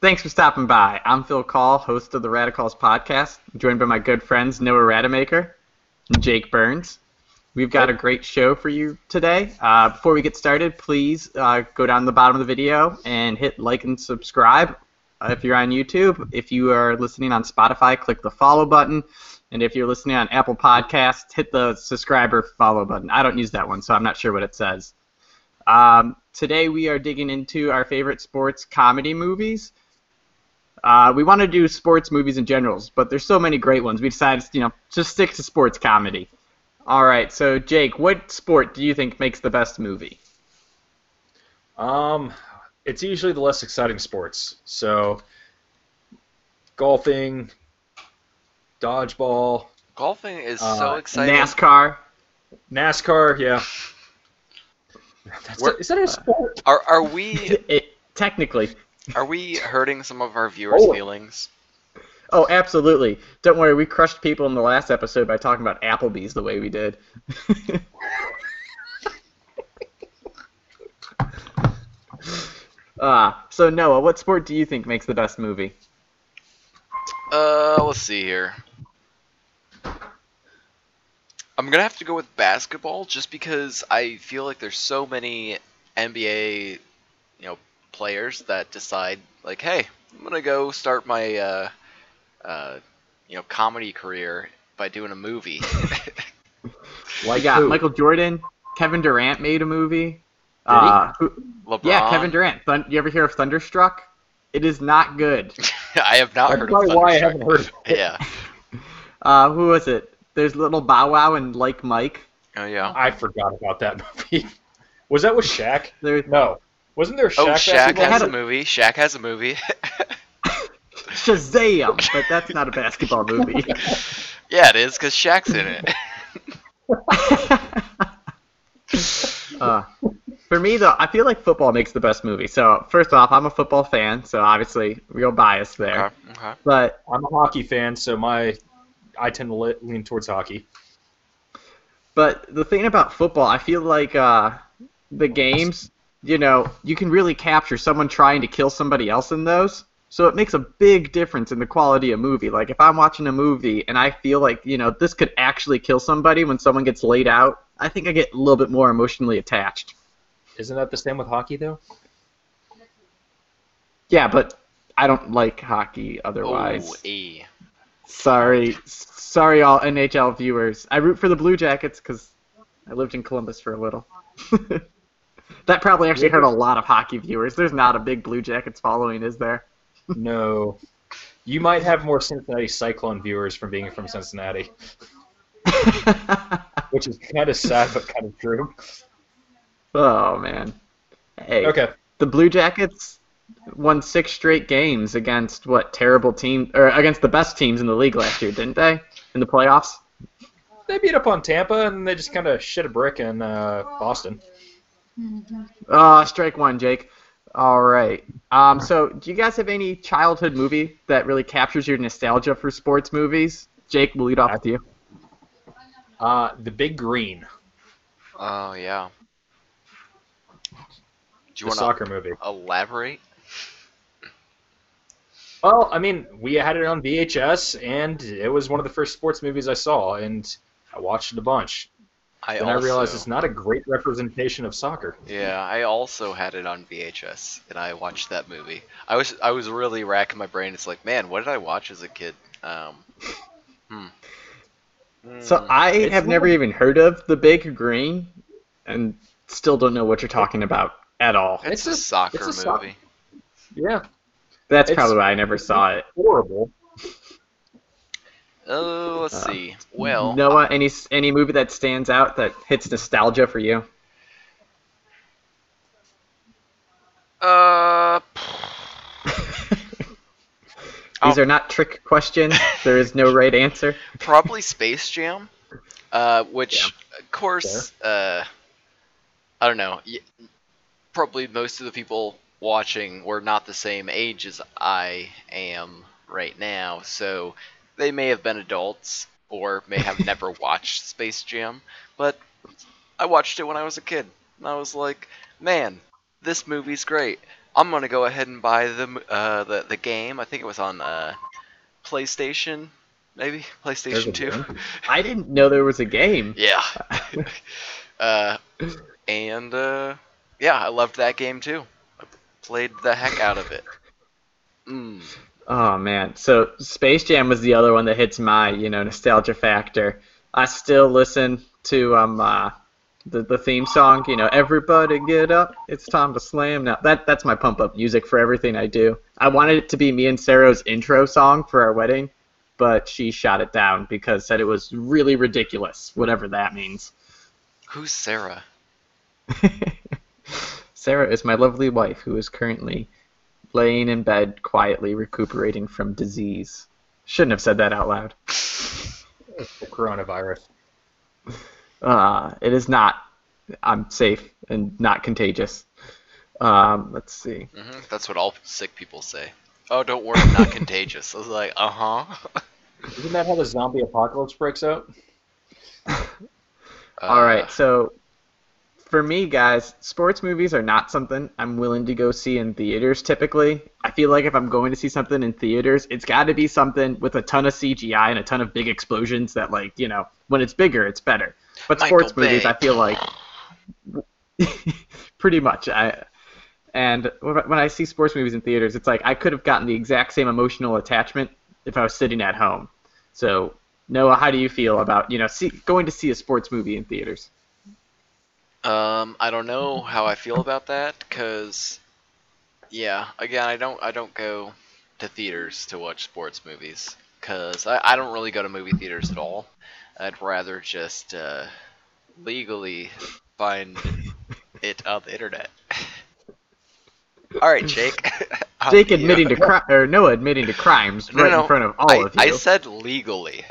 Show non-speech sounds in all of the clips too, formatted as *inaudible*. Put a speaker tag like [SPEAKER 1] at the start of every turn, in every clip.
[SPEAKER 1] Thanks for stopping by. I'm Phil Call, host of the Radicals podcast, joined by my good friends Noah Rademacher and Jake Burns. We've got a great show for you today. Uh, before we get started, please uh, go down to the bottom of the video and hit like and subscribe uh, if you're on YouTube. If you are listening on Spotify, click the follow button. And if you're listening on Apple Podcasts, hit the subscriber follow button. I don't use that one, so I'm not sure what it says. Um, today we are digging into our favorite sports comedy movies. Uh, we want to do sports movies in generals, but there's so many great ones. We decided, you know, just stick to sports comedy. All right, so Jake, what sport do you think makes the best movie?
[SPEAKER 2] Um, it's usually the less exciting sports. So, golfing, dodgeball,
[SPEAKER 3] Golfing is
[SPEAKER 2] Uh,
[SPEAKER 3] so exciting.
[SPEAKER 1] NASCAR.
[SPEAKER 2] NASCAR. Yeah. That's
[SPEAKER 3] We're-
[SPEAKER 2] is that a sport?
[SPEAKER 3] Are
[SPEAKER 2] *laughs*
[SPEAKER 3] are we
[SPEAKER 1] It, technically.
[SPEAKER 3] are we hurting some of our viewers'
[SPEAKER 2] Oh.
[SPEAKER 3] feelings?
[SPEAKER 1] Oh, absolutely. Don't worry, we crushed people in the last episode by talking about Applebee's the way we did. *laughs* Ah, so Noah, what sport do you think makes the best movie?
[SPEAKER 3] Uh, let's see here. I'm gonna have to go with basketball just because I feel like there's so many NBA, you know, players that decide like, hey, I'm gonna go start my, uh, uh, you know, comedy career by doing a movie. *laughs*
[SPEAKER 1] Like yeah,
[SPEAKER 2] who?
[SPEAKER 1] Michael Jordan, Kevin Durant made a movie. Uh, who-
[SPEAKER 3] LeBron.
[SPEAKER 1] yeah, Kevin Durant. Thun- you ever hear of Thunderstruck? It is not good.
[SPEAKER 3] *laughs* I have not
[SPEAKER 2] That's
[SPEAKER 3] heard
[SPEAKER 2] probably
[SPEAKER 3] of
[SPEAKER 2] why I
[SPEAKER 3] Thunderstruck.
[SPEAKER 2] haven't heard of it.
[SPEAKER 3] Yeah.
[SPEAKER 1] Uh, who was it? There's Little Bow Wow and Like Mike.
[SPEAKER 3] Oh yeah.
[SPEAKER 2] I forgot about that movie. *laughs* Was that with Shaq?
[SPEAKER 1] There's
[SPEAKER 2] No. Wasn't there a Shaq?
[SPEAKER 3] oh, Shaq
[SPEAKER 2] basketball
[SPEAKER 1] had
[SPEAKER 3] has a
[SPEAKER 1] a-
[SPEAKER 3] movie. Shaq has a movie. *laughs*
[SPEAKER 1] Shazam, but that's not a basketball
[SPEAKER 2] *laughs*
[SPEAKER 1] movie.
[SPEAKER 3] yeah, it is because Shaq's in it.
[SPEAKER 1] Uh, for me though, I feel like football makes the best movie. So first off, I'm a football fan, so obviously real bias there.
[SPEAKER 3] okay, okay.
[SPEAKER 1] But
[SPEAKER 2] I'm a hockey fan, so my I tend to le- lean towards hockey.
[SPEAKER 1] but the thing about football, I feel like uh, the games, you know, you can really capture someone trying to kill somebody else in those. So it makes a big difference in the quality of movie. Like if I'm watching a movie and I feel like you know this could actually kill somebody when someone gets laid out, I think I get a little bit more emotionally attached.
[SPEAKER 2] Isn't that the same with hockey
[SPEAKER 3] *laughs*
[SPEAKER 2] though?
[SPEAKER 1] Yeah, but I don't like hockey otherwise.
[SPEAKER 3] Oh, e.
[SPEAKER 1] Sorry, sorry, all NHL viewers. I root for the Blue Jackets because I lived in Columbus for a little. *laughs* that probably actually hurt a lot of hockey viewers. There's not a big Blue Jackets following, is there? *laughs*
[SPEAKER 2] no. You might have more Cincinnati Cyclone viewers from being from Cincinnati, which is kind of sad but kind of true.
[SPEAKER 1] oh man. Hey,
[SPEAKER 2] Okay.
[SPEAKER 1] the Blue Jackets won six straight games against what terrible team or against the best teams in the league last year, didn't they? In the playoffs.
[SPEAKER 2] They beat up on Tampa and they just kind of shit a brick in uh, Boston.
[SPEAKER 1] Ah, strike one, Jake. All right. Um, so, do you guys have any childhood movie that really captures your nostalgia for sports movies? Jake, we'll lead off with you.
[SPEAKER 2] Uh, the Big Green,
[SPEAKER 3] Oh yeah. Do you
[SPEAKER 2] the
[SPEAKER 3] want to
[SPEAKER 2] soccer movie.
[SPEAKER 3] elaborate?
[SPEAKER 2] Well, I mean, we had it on VHS, and it was one of the first sports movies I saw, and I watched it a bunch.
[SPEAKER 3] I
[SPEAKER 2] And
[SPEAKER 3] also,
[SPEAKER 2] I realized it's not a great representation of soccer.
[SPEAKER 3] Yeah, I also had it on VHS, and I watched that movie. I was I was really racking my brain. It's like, man, what did I watch as a kid? Um, hmm.
[SPEAKER 1] So,
[SPEAKER 3] Hmm.
[SPEAKER 1] I
[SPEAKER 2] It's
[SPEAKER 1] have never
[SPEAKER 2] not-
[SPEAKER 1] even heard of The Big Green, and still don't know what you're talking about at all.
[SPEAKER 3] Hmm.
[SPEAKER 2] it's
[SPEAKER 3] it's, a
[SPEAKER 2] a-
[SPEAKER 3] soccer
[SPEAKER 2] it's a soc-
[SPEAKER 3] movie.
[SPEAKER 2] Yeah,
[SPEAKER 1] That's
[SPEAKER 2] it's-
[SPEAKER 1] probably why I never saw it.
[SPEAKER 2] horrible.
[SPEAKER 3] Oh, let's
[SPEAKER 1] Uh,
[SPEAKER 3] see. Well,
[SPEAKER 1] Noah, any any movie that stands out that hits nostalgia for
[SPEAKER 3] *laughs*
[SPEAKER 1] you?
[SPEAKER 3] uh, *sighs*
[SPEAKER 1] These
[SPEAKER 3] Oh.
[SPEAKER 1] are not trick questions. There is no right
[SPEAKER 3] *laughs*
[SPEAKER 1] answer.
[SPEAKER 3] probably Space Jam, uh, which of course, uh, I don't know. y- Probably most of the people watching were not the same age as I am right now, so they may have been adults or may
[SPEAKER 2] *laughs*
[SPEAKER 3] have never watched Space Jam. But I watched it when I was a kid, and I was like, man, this movie's great. I'm gonna go ahead and buy the uh, the the game. I think it was on uh, PlayStation, maybe PlayStation
[SPEAKER 2] There's a
[SPEAKER 3] Two.
[SPEAKER 1] I didn't know there was a game. *laughs*
[SPEAKER 3] yeah. *laughs* uh, and uh, yeah, I loved that game too. I played the heck out of it. Mm.
[SPEAKER 1] Oh man, so Space Jam was the other one that hits my you know nostalgia factor. I still listen to um uh, the the theme song. You know, everybody get up, it's time to slam. Now that that's my pump up music for everything I do. I wanted it to be me and Sarah's intro song for our wedding, but she shot it down because said it was really ridiculous, whatever that means.
[SPEAKER 3] Who's Sarah?
[SPEAKER 1] *laughs* Sarah is my lovely wife who is currently laying in bed quietly recuperating from disease. Shouldn't have said that out loud.
[SPEAKER 2] The coronavirus.
[SPEAKER 1] Uh, it is not. I'm safe and not contagious. Um, let's see.
[SPEAKER 3] hmm That's what all sick people say. Oh, don't worry, I'm
[SPEAKER 1] *laughs*
[SPEAKER 3] not contagious. I was like, uh huh.
[SPEAKER 2] Isn't that how the zombie apocalypse breaks out?
[SPEAKER 1] All
[SPEAKER 3] Uh,
[SPEAKER 1] right, so for me, guys, sports movies are not something I'm willing to go see in theaters typically. I feel like if I'm going to see something in theaters, it's got to be something with a ton of CGI and a ton of big explosions that, like, you know, when it's bigger, it's better. But
[SPEAKER 3] Michael
[SPEAKER 1] sports movies,
[SPEAKER 3] Bay.
[SPEAKER 1] I feel like *laughs* pretty much. I and when I see sports movies in theaters, it's like I could have gotten the exact same emotional attachment if I was sitting at home. So, Noah, how do you feel about you know see, going to see a sports movie in theaters?
[SPEAKER 3] Um, I don't know how I feel about that because, yeah, again, I don't I don't go to theaters to watch sports movies because I, I don't really go to movie theaters at all. I'd rather just uh, legally find it on the internet. *laughs* all right, Jake. *laughs* How
[SPEAKER 1] Jake
[SPEAKER 3] do you-
[SPEAKER 1] admitting to cri- or Noah admitting to crimes
[SPEAKER 3] No,
[SPEAKER 1] right
[SPEAKER 3] no,
[SPEAKER 1] in front of all
[SPEAKER 3] *laughs* I,
[SPEAKER 1] of you.
[SPEAKER 3] I said
[SPEAKER 1] *laughs*
[SPEAKER 3] legally.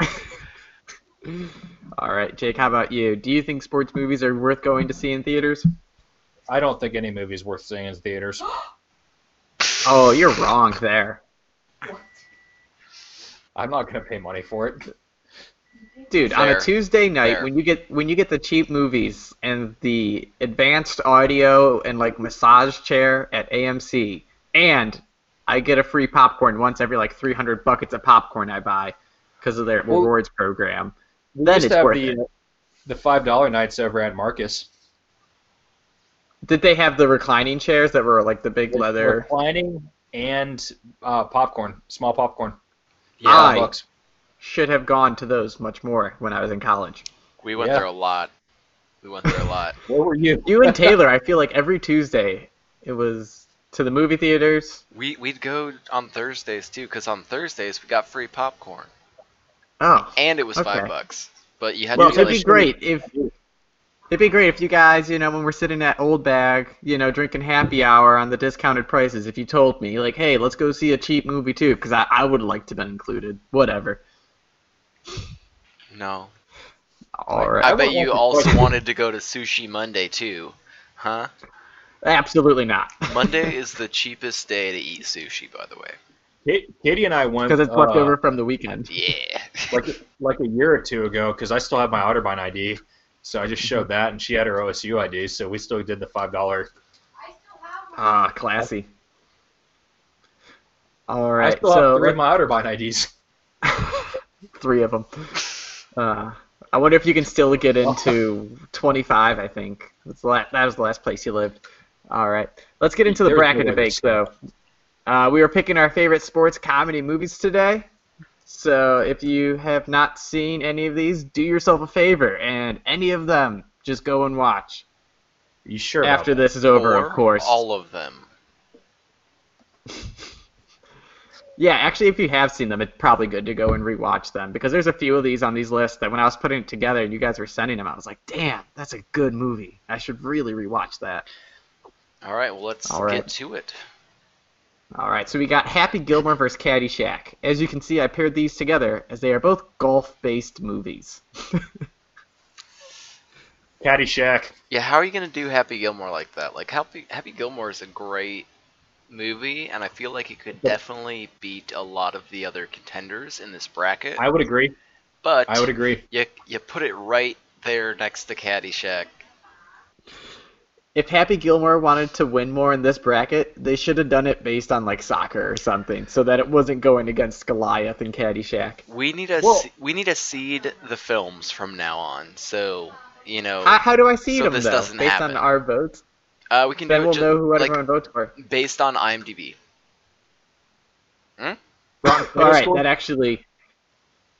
[SPEAKER 1] all right, Jake, how about you? Do you think sports movies are worth going to see in theaters?
[SPEAKER 2] I don't think any movie's worth seeing in theaters. *gasps*
[SPEAKER 1] Oh, you're wrong there,
[SPEAKER 2] I'm not gonna pay money for it.
[SPEAKER 1] dude. On
[SPEAKER 3] Fair.
[SPEAKER 1] a Tuesday night,
[SPEAKER 3] Fair.
[SPEAKER 1] when you get when you get the cheap movies and the advanced audio and like massage chair at AMC, and I get a free popcorn once every like 300 buckets of popcorn I buy because of their
[SPEAKER 2] Well-
[SPEAKER 1] rewards program.
[SPEAKER 2] We
[SPEAKER 1] Then
[SPEAKER 2] used
[SPEAKER 1] it's
[SPEAKER 2] to have
[SPEAKER 1] worth
[SPEAKER 2] the
[SPEAKER 1] it.
[SPEAKER 2] the five dollar nights over at Marcus.
[SPEAKER 1] Did they have the reclining chairs that were like the big leather?
[SPEAKER 2] reclining and uh, popcorn, small popcorn.
[SPEAKER 3] Yeah,
[SPEAKER 1] Ah,
[SPEAKER 2] Five bucks.
[SPEAKER 1] should have gone to those much more when I was in college.
[SPEAKER 3] we went
[SPEAKER 2] yeah.
[SPEAKER 3] there a lot. We went there a lot.
[SPEAKER 2] Where were you?
[SPEAKER 1] You and Taylor, I feel like every Tuesday it was to the movie theaters.
[SPEAKER 3] We we'd go on Thursdays too, because on Thursdays we got free popcorn,
[SPEAKER 1] Oh,
[SPEAKER 3] and it was
[SPEAKER 1] Okay.
[SPEAKER 3] five bucks. But you had
[SPEAKER 1] well,
[SPEAKER 3] to be
[SPEAKER 1] it'd
[SPEAKER 3] like,
[SPEAKER 1] be great if it'd be great if you guys, you know, when we're sitting at Old Bag, you know, drinking happy hour on the discounted prices, if you told me like, hey, let's go see a cheap movie too, because I I would like to have been included. Whatever.
[SPEAKER 3] no.
[SPEAKER 1] All right.
[SPEAKER 3] I,
[SPEAKER 2] I
[SPEAKER 3] bet
[SPEAKER 2] would
[SPEAKER 3] you
[SPEAKER 2] want to-
[SPEAKER 3] also wanted to go to Sushi Monday too, huh?
[SPEAKER 1] Absolutely not.
[SPEAKER 3] Monday is the cheapest day to eat sushi, by the way.
[SPEAKER 2] Ki- Katie and I went
[SPEAKER 1] Because it's
[SPEAKER 2] uh,
[SPEAKER 1] left over from the weekend.
[SPEAKER 3] Yeah.
[SPEAKER 2] like like a year or two ago because I still have my Otterbein ID, so I just
[SPEAKER 1] Mm-hmm.
[SPEAKER 2] showed that, and she had her OSU ID, so we still did the five dollar.
[SPEAKER 1] Ah, classy. All right.
[SPEAKER 2] I still
[SPEAKER 1] so
[SPEAKER 2] have three
[SPEAKER 1] let's-
[SPEAKER 2] of my Otterbein IDs.
[SPEAKER 1] three of them. Uh, I wonder if you can still
[SPEAKER 2] Oh.
[SPEAKER 1] get into 25. I think That's the la- that was the last place you lived. All right, let's get into the
[SPEAKER 2] There's no
[SPEAKER 1] bracket
[SPEAKER 2] way to
[SPEAKER 1] debate,
[SPEAKER 2] say
[SPEAKER 1] though. Uh, we were picking our favorite sports comedy movies today. So if you have not seen any of these, do yourself a favor and any of them, just go and watch.
[SPEAKER 2] You sure? about
[SPEAKER 1] After
[SPEAKER 2] that?
[SPEAKER 1] this is over,
[SPEAKER 3] Or
[SPEAKER 1] of course.
[SPEAKER 3] All of them.
[SPEAKER 1] Yeah, actually, if you have seen them, it's probably good to go and rewatch them because there's a few of these on these lists that when I was putting it together and you guys were sending them, I was like, damn, that's a good movie. I should really rewatch that.
[SPEAKER 3] All right. Well, let's
[SPEAKER 1] All right.
[SPEAKER 3] get to it.
[SPEAKER 1] All right, so we got Happy Gilmore versus Caddyshack. As you can see, I paired these together as they are both golf-based movies. *laughs*
[SPEAKER 2] Caddyshack.
[SPEAKER 3] Yeah. How are you gonna do Happy Gilmore like that? Like Happy Happy Gilmore is a great movie, and I feel like it could definitely beat a lot of the other contenders in this bracket.
[SPEAKER 2] I would agree.
[SPEAKER 3] but
[SPEAKER 2] I would agree.
[SPEAKER 3] you you put it right there next to Caddyshack.
[SPEAKER 1] if Happy Gilmore wanted to win more in this bracket, they should have done it based on like soccer or something, so that it wasn't going against Goliath and Caddyshack.
[SPEAKER 3] We need a
[SPEAKER 2] Well-
[SPEAKER 3] se- we need to seed the films from now on. So you know,
[SPEAKER 1] How, how do I see
[SPEAKER 3] So
[SPEAKER 1] them
[SPEAKER 3] this
[SPEAKER 1] though?
[SPEAKER 3] doesn't
[SPEAKER 1] based
[SPEAKER 3] happen.
[SPEAKER 1] on our votes,
[SPEAKER 3] uh, we can
[SPEAKER 1] then
[SPEAKER 3] do
[SPEAKER 1] we'll
[SPEAKER 3] it
[SPEAKER 1] know who
[SPEAKER 3] just, like
[SPEAKER 1] everyone votes for.
[SPEAKER 3] based
[SPEAKER 1] *laughs*
[SPEAKER 3] on IMDb.
[SPEAKER 1] All right,
[SPEAKER 2] score?
[SPEAKER 1] that actually,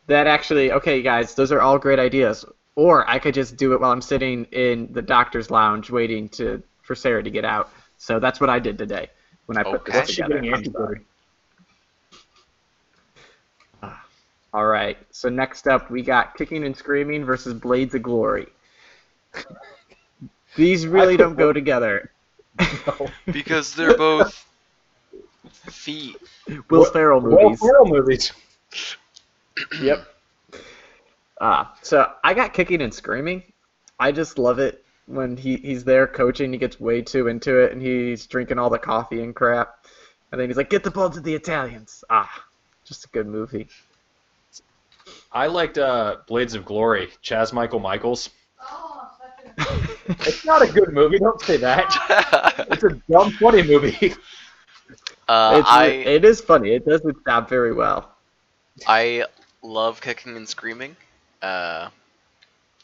[SPEAKER 1] that actually, okay, guys, those are all great ideas. Or I could just do it while I'm sitting in the doctor's lounge waiting to for Sarah to get out. So that's what I did today when I put
[SPEAKER 3] Okay.
[SPEAKER 1] this
[SPEAKER 2] She
[SPEAKER 1] together.
[SPEAKER 2] getting
[SPEAKER 1] I'm sorry.
[SPEAKER 2] anti-voted.
[SPEAKER 1] All right, so next up we got Kicking and Screaming versus Blades of
[SPEAKER 2] *laughs*
[SPEAKER 1] Glory. These really
[SPEAKER 2] put
[SPEAKER 1] don't go
[SPEAKER 2] *laughs*
[SPEAKER 1] together. *laughs*
[SPEAKER 3] Because they're both feet. *laughs*
[SPEAKER 1] Will
[SPEAKER 2] What-
[SPEAKER 1] Ferrell
[SPEAKER 2] Will
[SPEAKER 1] movies. *laughs*
[SPEAKER 2] Ferrell movies.
[SPEAKER 1] Yep. Uh, so I got kicking and screaming. I just love it when he, he's there coaching. He gets way too into it, and he's drinking all the coffee and crap. And then he's like, "Get the ball to the Italians." Ah, just a good
[SPEAKER 3] *laughs*
[SPEAKER 1] movie.
[SPEAKER 2] I liked uh, Blades of Glory, Chaz Michael Michaels. It's not a good movie. Don't say that.
[SPEAKER 3] uh,
[SPEAKER 2] It's a dumb, funny movie.
[SPEAKER 1] it's,
[SPEAKER 3] I
[SPEAKER 1] it is funny. It does its job very well.
[SPEAKER 3] I love kicking and screaming. Uh,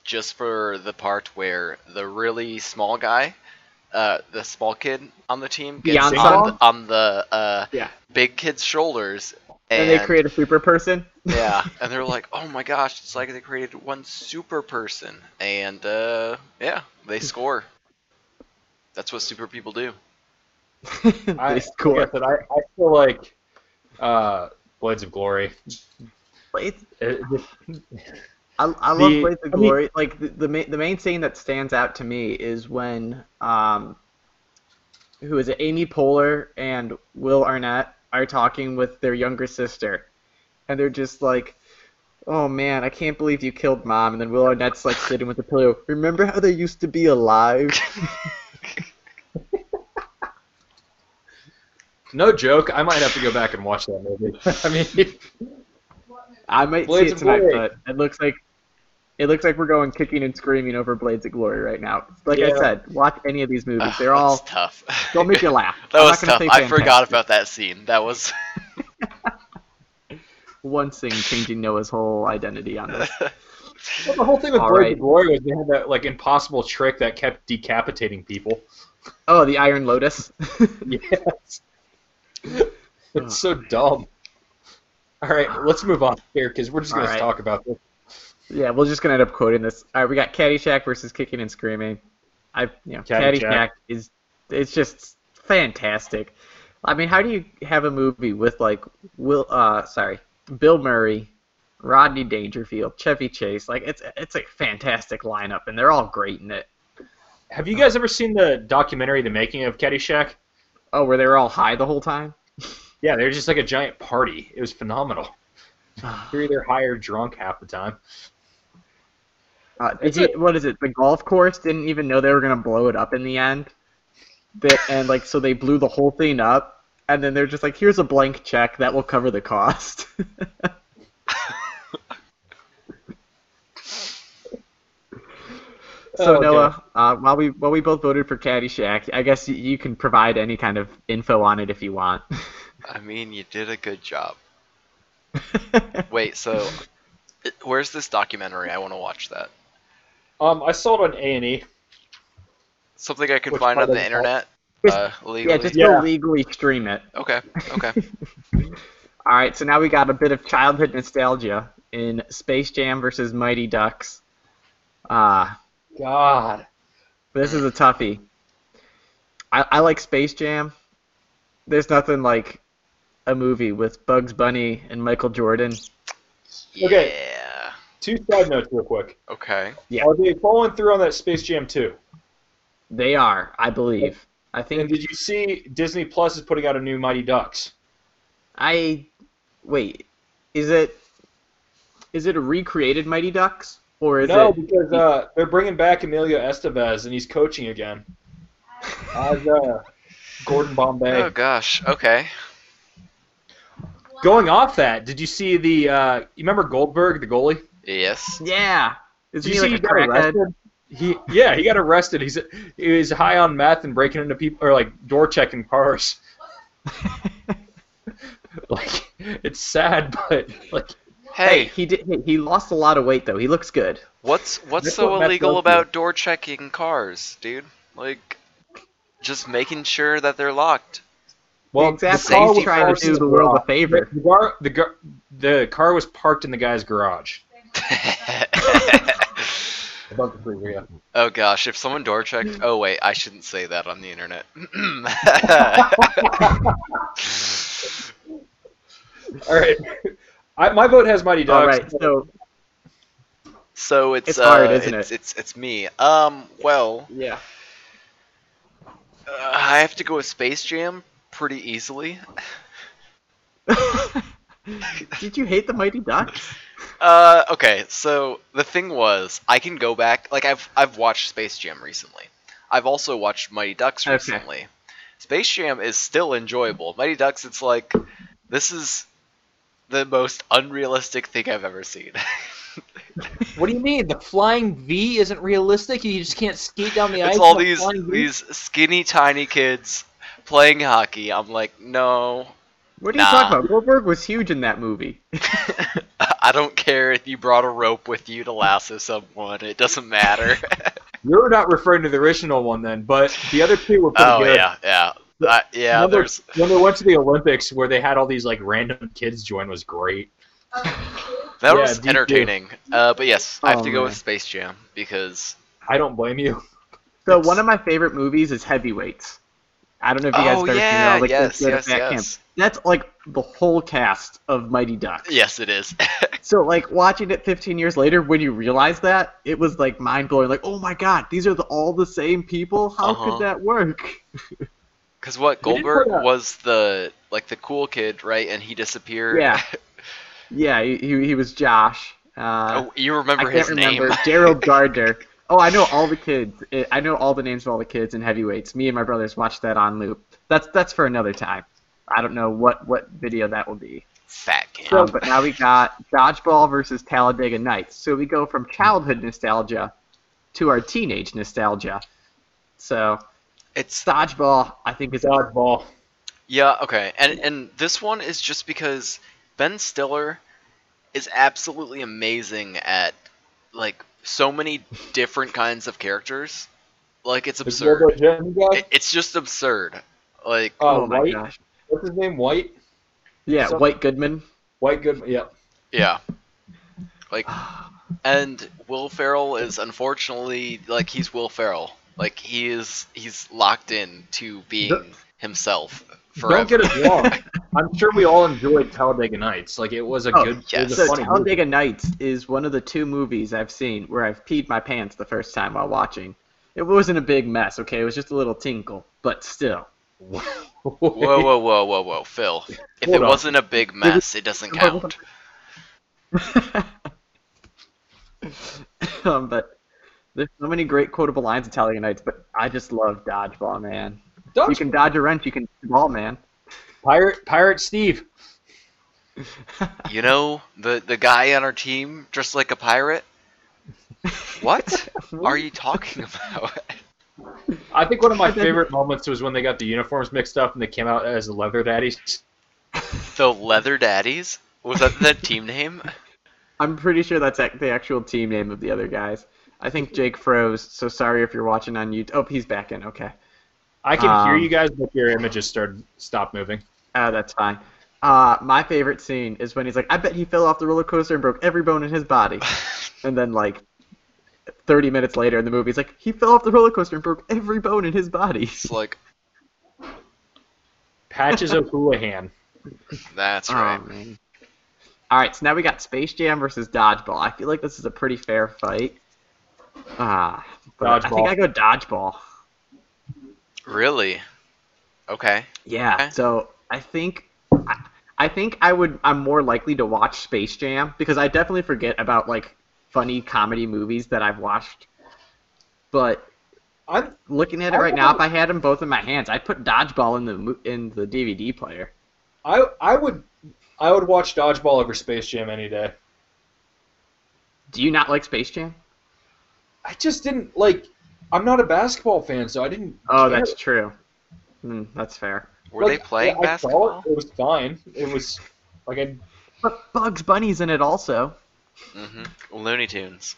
[SPEAKER 3] just for the part where the really small guy, uh, the small kid on the team gets
[SPEAKER 1] Beyonce?
[SPEAKER 3] on the, on the uh,
[SPEAKER 1] Yeah.
[SPEAKER 3] big kid's shoulders,
[SPEAKER 1] And,
[SPEAKER 3] and,
[SPEAKER 1] they create a super person.
[SPEAKER 3] yeah, *laughs* and they're like, oh my gosh, it's like they created one super person, and uh, yeah, they
[SPEAKER 1] Hmm.
[SPEAKER 3] score. That's what super people do.
[SPEAKER 1] *laughs* they
[SPEAKER 2] *laughs* I,
[SPEAKER 1] score.
[SPEAKER 2] like I, said, I, I feel like uh, Blades of Glory.
[SPEAKER 1] It's-
[SPEAKER 2] It-
[SPEAKER 1] I, I love
[SPEAKER 2] The-
[SPEAKER 1] Blades of
[SPEAKER 2] I mean-
[SPEAKER 1] Glory. like the the, ma- the main scene that stands out to me is when um, who is it? Amy Poehler and Will Arnett are talking with their younger sister, and they're just like, "Oh man, I can't believe you killed mom." And then Will Arnett's like sitting with the pillow. Remember how they used to be alive? *laughs*
[SPEAKER 2] no joke. I might have to go back and watch that movie. *laughs* I mean,
[SPEAKER 1] I might
[SPEAKER 2] Blades
[SPEAKER 1] see it
[SPEAKER 2] of
[SPEAKER 1] tonight,
[SPEAKER 2] Glory.
[SPEAKER 1] but it looks like. It looks like we're going kicking and screaming over Blades of Glory right now. Like I
[SPEAKER 2] Yeah.
[SPEAKER 1] said, watch any of these movies.
[SPEAKER 3] Ugh,
[SPEAKER 1] They're all
[SPEAKER 3] that's
[SPEAKER 1] *laughs*
[SPEAKER 3] tough.
[SPEAKER 1] they'll make you laugh.
[SPEAKER 3] *laughs* that
[SPEAKER 1] I'm
[SPEAKER 3] was
[SPEAKER 1] not gonna
[SPEAKER 3] tough.
[SPEAKER 1] say
[SPEAKER 3] I
[SPEAKER 1] fantastic.
[SPEAKER 3] forgot about that scene. That was.
[SPEAKER 1] *laughs*
[SPEAKER 3] *laughs*
[SPEAKER 1] one thing changing Noah's whole identity on this.
[SPEAKER 2] well, the whole thing with
[SPEAKER 1] All
[SPEAKER 2] Blades
[SPEAKER 1] right.
[SPEAKER 2] of Glory was they had that like impossible trick that kept decapitating people.
[SPEAKER 1] Oh, the Iron Lotus. *laughs*
[SPEAKER 2] *laughs* Yes. it's so dumb. All right, let's move on here because we're just going
[SPEAKER 1] All right.
[SPEAKER 2] to talk about this.
[SPEAKER 1] yeah, we're just gonna end up quoting this. All right, we got Caddyshack versus Kicking and Screaming. I, you know, Caddyshack,
[SPEAKER 2] Caddyshack.
[SPEAKER 1] is it's just fantastic. I mean, how do you have a movie with like Will? Uh, sorry, Bill Murray, Rodney Dangerfield, Chevy Chase. Like it's it's a fantastic lineup, and they're all great in it.
[SPEAKER 2] Have you guys ever seen the documentary "The Making of Caddyshack"?
[SPEAKER 1] Oh, where they were all high the whole time.
[SPEAKER 2] Yeah, they were just like a giant party. It was phenomenal. They're either high or drunk half the time.
[SPEAKER 1] Uh, did
[SPEAKER 2] It's
[SPEAKER 1] you, what is it? The golf course didn't even know they were gonna blow it up in the end. That and like so they blew the whole thing up, and then they're just like, "Here's a blank check that will cover the cost." *laughs* so
[SPEAKER 2] Oh, okay.
[SPEAKER 1] Noah, uh, while we while we both voted for Caddyshack, I guess you, you can provide any kind of info on it if you want. *laughs*
[SPEAKER 3] I mean, you did a good job. Wait, so *laughs* it- where's this documentary? I want to watch that.
[SPEAKER 2] Um, I saw it on A and E.
[SPEAKER 3] Something I can
[SPEAKER 2] Which
[SPEAKER 3] find
[SPEAKER 2] part of
[SPEAKER 3] on the
[SPEAKER 2] it?
[SPEAKER 3] internet
[SPEAKER 1] Just-
[SPEAKER 3] uh, legally.
[SPEAKER 1] *laughs* yeah, just
[SPEAKER 2] Yeah.
[SPEAKER 1] go legally stream it.
[SPEAKER 3] Okay, okay.
[SPEAKER 1] *laughs* All right, so now we got a bit of childhood nostalgia in Space Jam versus Mighty Ducks. Ah,
[SPEAKER 2] God,
[SPEAKER 1] this is a toughie. I, I like Space Jam. There's nothing like a movie with Bugs Bunny and Michael Jordan.
[SPEAKER 2] Okay.
[SPEAKER 3] Yeah.
[SPEAKER 2] two side notes real quick.
[SPEAKER 3] Okay.
[SPEAKER 1] Yeah.
[SPEAKER 2] Are they following through on that Space Jam 2?
[SPEAKER 1] They are, I believe. I
[SPEAKER 2] And
[SPEAKER 1] think
[SPEAKER 2] did you see Disney Plus is putting out a new Mighty Ducks?
[SPEAKER 1] I wait. Is it is it a recreated Mighty Ducks or is
[SPEAKER 2] no,
[SPEAKER 1] it?
[SPEAKER 2] because uh, they're bringing back Emilio Estevez and he's coaching again. As uh, Gordon Bombay.
[SPEAKER 3] Oh gosh. Okay.
[SPEAKER 2] Going off that, did you see the? Uh, you remember Goldberg, the goalie?
[SPEAKER 3] Yes.
[SPEAKER 1] Yeah. Is
[SPEAKER 2] Did you
[SPEAKER 1] he like
[SPEAKER 2] see he
[SPEAKER 1] a
[SPEAKER 2] got
[SPEAKER 1] crackhead? *laughs*
[SPEAKER 2] arrested? He yeah, he got arrested. He's he was high on meth and breaking into people or like door checking cars. *laughs* like it's sad, but like
[SPEAKER 3] Hey,
[SPEAKER 1] he did. He, he lost a lot of weight though. He looks good.
[SPEAKER 3] what's what's
[SPEAKER 2] That's
[SPEAKER 3] so
[SPEAKER 2] what meth
[SPEAKER 3] illegal
[SPEAKER 2] does
[SPEAKER 3] about door checking cars, dude? Like, just making sure that they're locked. *laughs*
[SPEAKER 2] well,
[SPEAKER 1] exactly.
[SPEAKER 2] the car
[SPEAKER 1] He's
[SPEAKER 2] was
[SPEAKER 1] trying to do
[SPEAKER 2] parked-
[SPEAKER 1] the world a favor.
[SPEAKER 2] The gar- the, gar- the car was parked in the guy's garage. Above the freeway, yeah.
[SPEAKER 3] oh gosh, if someone door checked. Oh wait, I shouldn't say that on the internet. *laughs*
[SPEAKER 2] All right. *laughs* I, my vote has Mighty Ducks.
[SPEAKER 1] All right. So
[SPEAKER 3] so it's
[SPEAKER 1] It's hard,
[SPEAKER 3] uh,
[SPEAKER 1] isn't
[SPEAKER 3] it's,
[SPEAKER 1] it?
[SPEAKER 3] It's it's me. Um, well,
[SPEAKER 1] yeah.
[SPEAKER 3] uh, I have to go with Space Jam pretty easily.
[SPEAKER 1] *laughs* did you hate the Mighty Ducks?
[SPEAKER 3] Uh, okay, so the thing was, I can go back. Like I've I've watched Space Jam recently. I've also watched Mighty Ducks
[SPEAKER 1] Okay.
[SPEAKER 3] recently. Space Jam is still enjoyable. Mighty Ducks, it's like this is the most unrealistic thing I've ever seen. *laughs*
[SPEAKER 4] What do you mean? The flying V isn't realistic. You just can't skate down the ice.
[SPEAKER 3] it's all
[SPEAKER 4] in a
[SPEAKER 3] these
[SPEAKER 4] flying V?
[SPEAKER 3] these skinny tiny kids playing hockey. I'm like, no, *laughs*
[SPEAKER 1] What are you
[SPEAKER 3] Nah.
[SPEAKER 1] talking about? Goldberg was huge in that movie.
[SPEAKER 3] I don't care if you brought a rope with you to lasso someone. It doesn't matter. *laughs*
[SPEAKER 2] You're not referring to the original one then, but the other two were pretty
[SPEAKER 3] oh
[SPEAKER 2] good.
[SPEAKER 3] yeah, yeah, uh, yeah.
[SPEAKER 2] Another-
[SPEAKER 3] There's
[SPEAKER 2] When they went to the Olympics, where they had all these like random kids join, was great.
[SPEAKER 3] That
[SPEAKER 2] Yeah,
[SPEAKER 3] was
[SPEAKER 2] DQ.
[SPEAKER 3] entertaining. Uh, but yes, I have
[SPEAKER 1] Oh,
[SPEAKER 3] to go
[SPEAKER 1] man.
[SPEAKER 3] with Space Jam because
[SPEAKER 2] I don't blame you.
[SPEAKER 1] So one of my favorite movies is Heavyweights. I don't know if you guys
[SPEAKER 3] oh
[SPEAKER 1] ever seen it.
[SPEAKER 3] yeah,
[SPEAKER 1] all, Like,
[SPEAKER 3] yes,
[SPEAKER 1] those good
[SPEAKER 3] yes,
[SPEAKER 1] fat
[SPEAKER 3] yes,
[SPEAKER 1] camps. That's like the whole cast of Mighty Ducks.
[SPEAKER 3] yes, it is. *laughs*
[SPEAKER 1] So like watching it 15 years later, when you realize that, it was like mind blowing. Like, oh my god, these are the, all the same people. How
[SPEAKER 3] Uh-huh.
[SPEAKER 1] could that work?
[SPEAKER 3] Because what
[SPEAKER 2] They didn't
[SPEAKER 3] Goldberg
[SPEAKER 2] put a-
[SPEAKER 3] was the like the cool kid, right? And he disappeared.
[SPEAKER 1] Yeah,
[SPEAKER 3] *laughs*
[SPEAKER 1] yeah. He, he, he was Josh. Uh,
[SPEAKER 3] Oh, you
[SPEAKER 1] I
[SPEAKER 3] remember
[SPEAKER 1] can't
[SPEAKER 3] his
[SPEAKER 1] remember.
[SPEAKER 3] name? *laughs*
[SPEAKER 1] Gerald Gardner. Oh, I know all the kids. I- I know all the names of all the kids in heavyweights. Me and my brothers watched that on loop. That's that's for another time. I don't know what what video that will be.
[SPEAKER 3] Fat Camp.
[SPEAKER 1] Um, but now we got dodgeball versus Talladega Nights. So we go from childhood nostalgia to our teenage nostalgia. So
[SPEAKER 3] it's
[SPEAKER 1] dodgeball, I think, is
[SPEAKER 2] Dodgeball.
[SPEAKER 3] yeah okay, and and this one is just because Ben Stiller is absolutely amazing at like so many different kinds of characters. Like it's
[SPEAKER 2] Is
[SPEAKER 3] absurd.
[SPEAKER 2] Robo Jim guy?
[SPEAKER 3] It- it's just absurd. Like
[SPEAKER 2] Uh,
[SPEAKER 1] oh my
[SPEAKER 2] White.
[SPEAKER 1] gosh,
[SPEAKER 2] What's his name? White.
[SPEAKER 1] yeah,
[SPEAKER 2] So-
[SPEAKER 1] White Goodman.
[SPEAKER 2] *sighs* White Good. Yeah.
[SPEAKER 3] Yeah. Like,
[SPEAKER 1] Ah,
[SPEAKER 3] and Will Ferrell is unfortunately like he's Will Ferrell. Like he is he's locked in to being himself forever.
[SPEAKER 2] Don't get us
[SPEAKER 3] *laughs*
[SPEAKER 2] wrong. I'm sure we all enjoyed Talladega Nights. Like it was a
[SPEAKER 1] Oh,
[SPEAKER 2] good, it
[SPEAKER 3] yes.
[SPEAKER 2] was
[SPEAKER 1] So
[SPEAKER 2] a funny movie.
[SPEAKER 1] Talladega Nights is one of the two movies I've seen where I've peed my pants the first time while watching. It wasn't a big mess, okay? It was just a little tinkle, but still. *laughs*
[SPEAKER 2] *laughs*
[SPEAKER 3] whoa, whoa, whoa, whoa, whoa, Phil. If it
[SPEAKER 2] Hold on.
[SPEAKER 3] wasn't a big mess, it doesn't count.
[SPEAKER 1] um, but there's so many great quotable lines in Talladega Nights, but I just love dodgeball, man. You
[SPEAKER 2] Dodge-
[SPEAKER 1] can dodge a wrench, you can ball, man. *laughs*
[SPEAKER 2] Pirate, Pirate Steve.
[SPEAKER 3] You know, the the guy on our team dressed like a pirate?
[SPEAKER 2] *laughs*
[SPEAKER 3] What are you talking about? *laughs*
[SPEAKER 2] I think
[SPEAKER 1] *laughs*
[SPEAKER 2] one of my favorite moments was when they got the uniforms mixed up and they came out as the leather daddies.
[SPEAKER 3] the Leather Daddies? Was that the team name? *laughs*
[SPEAKER 1] I'm pretty sure that's ac- the actual team name of the other guys. I think Jake froze, so sorry if you're watching on YouTube. Oh, he's back in. Okay.
[SPEAKER 2] I can hear
[SPEAKER 1] Um,
[SPEAKER 2] you guys, but your images started stop moving.
[SPEAKER 1] Oh, that's fine. Uh, my favorite scene is when he's like, I bet he fell off the roller coaster and broke every bone in his body. and then, like, 30 minutes later in the movie, he's like, he fell off the roller coaster and broke every bone in his body.
[SPEAKER 3] It's like
[SPEAKER 1] *laughs*
[SPEAKER 2] Patches O'Houlihan.
[SPEAKER 3] that's
[SPEAKER 1] Oh,
[SPEAKER 3] right.
[SPEAKER 1] man. All right, so now we got Space Jam versus Dodgeball. I feel like this is a pretty fair fight. Ah, but I think
[SPEAKER 2] Dodgeball.
[SPEAKER 1] I go Dodgeball.
[SPEAKER 3] Really? Okay.
[SPEAKER 1] Yeah.
[SPEAKER 3] Okay.
[SPEAKER 1] So I think I, I think I would I'm more likely to watch Space Jam because I definitely forget about like funny comedy movies that I've watched. But
[SPEAKER 2] I'm,
[SPEAKER 1] looking at it
[SPEAKER 2] I
[SPEAKER 1] right now,
[SPEAKER 2] would-
[SPEAKER 1] if I had them both in my hands, I'd put Dodgeball in the mo- in the DVD player.
[SPEAKER 2] I I would I would watch Dodgeball over Space Jam any day.
[SPEAKER 1] Do you not like Space Jam?
[SPEAKER 2] I just didn't like. I'm not a basketball fan, so I didn't.
[SPEAKER 1] Oh,
[SPEAKER 2] care.
[SPEAKER 1] that's true. Mm, that's fair.
[SPEAKER 3] Were
[SPEAKER 2] Like,
[SPEAKER 3] they playing
[SPEAKER 2] I- I saw
[SPEAKER 3] basketball?
[SPEAKER 2] It, it was fine. It was like I,
[SPEAKER 1] But Bugs Bunny's in it also.
[SPEAKER 3] hmm Looney Tunes.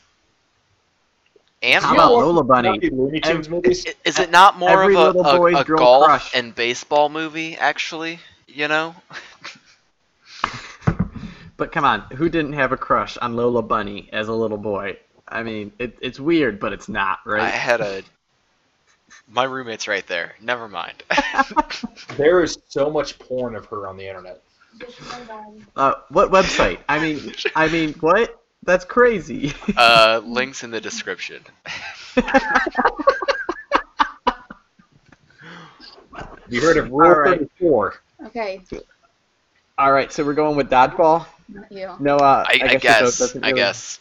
[SPEAKER 3] And
[SPEAKER 1] How
[SPEAKER 2] You know
[SPEAKER 1] about
[SPEAKER 2] what?
[SPEAKER 3] golf.
[SPEAKER 1] Lola Bunny?
[SPEAKER 2] Happy Looney Tunes movies.
[SPEAKER 3] I- Is it not more
[SPEAKER 1] Every
[SPEAKER 3] of a,
[SPEAKER 1] little
[SPEAKER 3] a-
[SPEAKER 1] boy's
[SPEAKER 3] a
[SPEAKER 1] girl
[SPEAKER 3] golf
[SPEAKER 1] crush.
[SPEAKER 3] and baseball movie, actually? You know?
[SPEAKER 1] But come on, who didn't have a crush on Lola Bunny as a little boy? I mean, it, it's weird, but it's not,
[SPEAKER 3] I
[SPEAKER 1] right?
[SPEAKER 3] had a. My roommate's right there. Never mind. *laughs*
[SPEAKER 2] There is so much porn of her on the internet.
[SPEAKER 1] Uh, what website? I
[SPEAKER 3] *laughs*
[SPEAKER 1] mean, I mean, what? That's crazy.
[SPEAKER 3] uh, links in the description.
[SPEAKER 2] You heard of
[SPEAKER 1] All
[SPEAKER 2] Rule
[SPEAKER 1] right.
[SPEAKER 2] 34?
[SPEAKER 5] Okay,
[SPEAKER 1] *laughs* All right, so we're going with dodgeball.
[SPEAKER 5] not you.
[SPEAKER 1] No, uh,
[SPEAKER 3] I, I,
[SPEAKER 1] the vote
[SPEAKER 3] guess.
[SPEAKER 1] doesn't
[SPEAKER 3] I
[SPEAKER 1] really-
[SPEAKER 3] guess.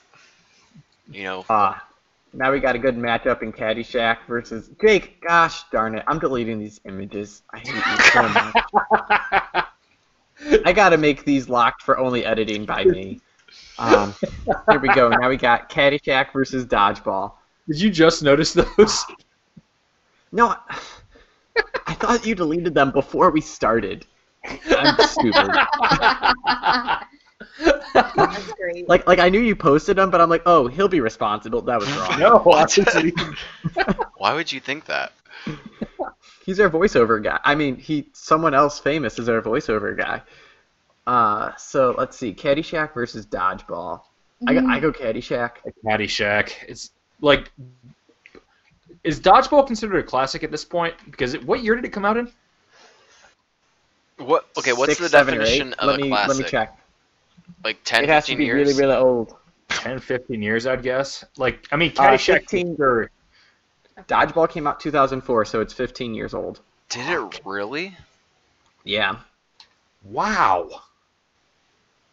[SPEAKER 3] You know,
[SPEAKER 1] Ah, now we got a good matchup in Caddyshack versus Jake. Gosh darn it, I'm deleting these images. I hate you so much.
[SPEAKER 3] *laughs*
[SPEAKER 1] I gotta make these locked for only editing by me. Um, here we go. Now we got Caddyshack versus Dodgeball.
[SPEAKER 2] Did you just notice
[SPEAKER 1] *laughs*
[SPEAKER 2] those? *laughs*
[SPEAKER 1] No, I- I thought you deleted them before we started. I'm stupid.
[SPEAKER 5] That's great.
[SPEAKER 1] Like, like I knew you posted them, but I'm like, oh, he'll be responsible. That
[SPEAKER 2] *laughs*
[SPEAKER 1] was wrong.
[SPEAKER 2] no,
[SPEAKER 3] What?
[SPEAKER 2] obviously.
[SPEAKER 3] why would you think that?
[SPEAKER 1] He's our voiceover guy. I mean, he someone else famous is our voiceover guy. Uh, so let's see, Caddyshack versus Dodgeball. I go, I go Caddyshack.
[SPEAKER 2] Caddyshack. It's like, is Dodgeball considered a classic at this point? Because it, what year did it come out in?
[SPEAKER 3] What? Okay, what's
[SPEAKER 1] Six,
[SPEAKER 3] the
[SPEAKER 1] seven, or eight.
[SPEAKER 3] definition of
[SPEAKER 1] let
[SPEAKER 3] a
[SPEAKER 1] me,
[SPEAKER 3] classic?
[SPEAKER 1] Let me check.
[SPEAKER 3] Like 10,
[SPEAKER 1] it has to
[SPEAKER 3] 15
[SPEAKER 1] be
[SPEAKER 3] years?
[SPEAKER 1] really, really old.
[SPEAKER 2] 10, 15 years, I'd guess. Like, I mean,
[SPEAKER 1] Uh,
[SPEAKER 2] Caddyshack.
[SPEAKER 1] 15
[SPEAKER 2] sure.
[SPEAKER 1] Dodgeball came out 2004, so it's 15 years old.
[SPEAKER 3] Did it really?
[SPEAKER 1] Yeah.
[SPEAKER 2] Wow.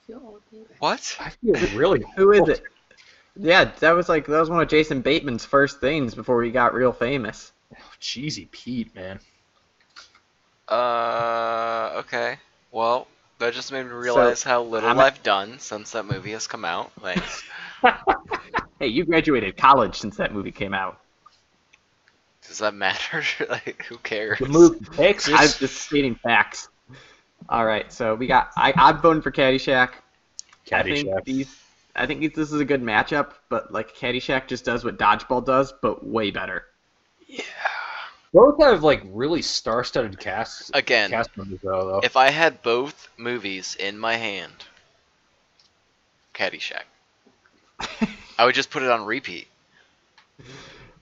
[SPEAKER 5] Mm-hmm.
[SPEAKER 3] What?
[SPEAKER 2] I feel really.
[SPEAKER 1] Who is it? Yeah, that was like that was one of Jason Bateman's first things before he got real famous.
[SPEAKER 2] Oh, Cheesy Pete, man.
[SPEAKER 3] Uh, okay. Well, that just made me realize how little
[SPEAKER 1] I'm-
[SPEAKER 3] I've done since that movie has come out. Thanks.
[SPEAKER 1] Hey, you graduated college since that movie came out.
[SPEAKER 3] *laughs* Does that matter? *laughs* like, who cares?
[SPEAKER 2] The *laughs* move to Texas.
[SPEAKER 1] I'm just stating facts. All right, so we got I, I'm voting for Caddyshack. I think
[SPEAKER 2] Caddyshack.
[SPEAKER 1] these. I think this is a good matchup, but like Caddyshack just does what Dodgeball does, but way better.
[SPEAKER 3] Yeah.
[SPEAKER 2] Both have like really star-studded casts.
[SPEAKER 3] Again,
[SPEAKER 2] cast members though. though.
[SPEAKER 3] if I had both movies in my hand, Caddyshack, I would just put it on repeat,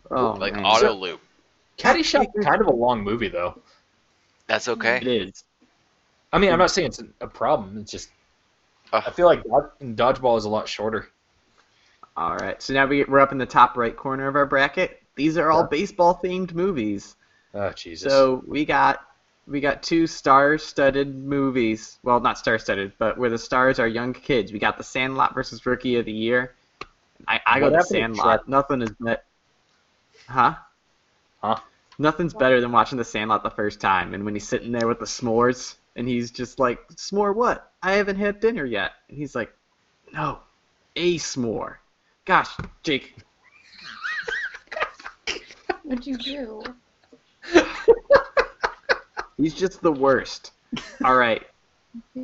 [SPEAKER 1] Oh,
[SPEAKER 3] like
[SPEAKER 1] man.
[SPEAKER 3] auto loop.
[SPEAKER 2] Caddyshack is kind of a long movie though.
[SPEAKER 3] That's okay.
[SPEAKER 1] It is.
[SPEAKER 2] I mean, I'm
[SPEAKER 1] Hmm.
[SPEAKER 2] not saying it's a problem. It's just
[SPEAKER 3] Uh.
[SPEAKER 2] I feel like Dodge- dodgeball is a lot shorter.
[SPEAKER 1] All right, so now we, we're up in the top right corner of our bracket. These are all
[SPEAKER 2] Yeah.
[SPEAKER 1] baseball themed movies.
[SPEAKER 2] Oh Jesus.
[SPEAKER 1] So we got we got two star-studded movies. Well, not star-studded, but where the stars are young kids. We got The Sandlot versus Rookie of the Year. I, I go
[SPEAKER 2] What
[SPEAKER 1] The
[SPEAKER 2] happened to
[SPEAKER 1] Sandlot. Nothing is bet. Huh?
[SPEAKER 2] Huh?
[SPEAKER 1] Nothing's better than watching The Sandlot the first time, and when he's sitting there with the s'mores, and he's just like, "S'more what? I haven't had dinner yet." And he's like, "No, a s'more." Gosh, Jake,
[SPEAKER 5] What'd you do?
[SPEAKER 1] he's just the worst. All right.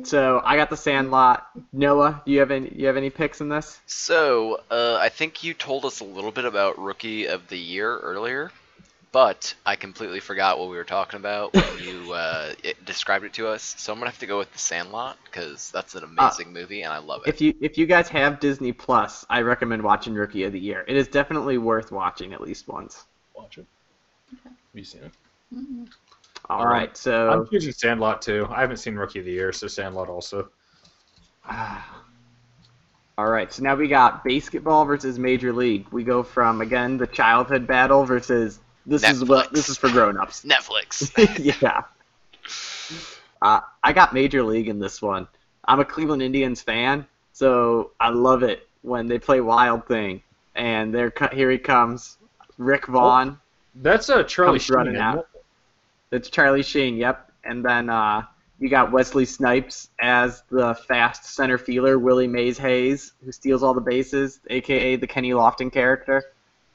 [SPEAKER 1] So I got the Sandlot. Noah, do you have any you have any picks in this?
[SPEAKER 3] So, uh, I think you told us a little bit about Rookie of the Year earlier, but I completely forgot what we were talking about when you uh, *laughs* it described it to us. So I'm gonna have to go with The Sandlot because that's an amazing movie and I love it.
[SPEAKER 1] Ah. If you if you guys have Disney Plus, I recommend watching Rookie of the Year. It is definitely worth watching at least once.
[SPEAKER 2] Watch it. Have you seen it?
[SPEAKER 5] Mm,
[SPEAKER 1] All
[SPEAKER 2] Um,
[SPEAKER 1] right,
[SPEAKER 2] I'm
[SPEAKER 1] so
[SPEAKER 2] choosing Sandlot too. I haven't seen Rookie of the Year, so Sandlot also.
[SPEAKER 1] ah. *sighs* all right, so now we got basketball versus Major League. We go from again the childhood battle versus this is what
[SPEAKER 3] Netflix.
[SPEAKER 1] this is for grown-ups. *laughs*
[SPEAKER 3] Netflix.
[SPEAKER 1] yeah. Uh, I got Major League in this one. I'm a Cleveland Indians fan, so I love it when they play Wild Thing. And there, co- here he comes,
[SPEAKER 2] Oh.
[SPEAKER 1] Rick Vaughn.
[SPEAKER 2] That's a Charlie
[SPEAKER 1] Comes running
[SPEAKER 2] Sheen.
[SPEAKER 1] out. That's Charlie Sheen. Yep. And then uh, you got Wesley Snipes as the fast center fielder, Willie Mays Hayes, who steals all the bases, aka the Kenny Lofton character.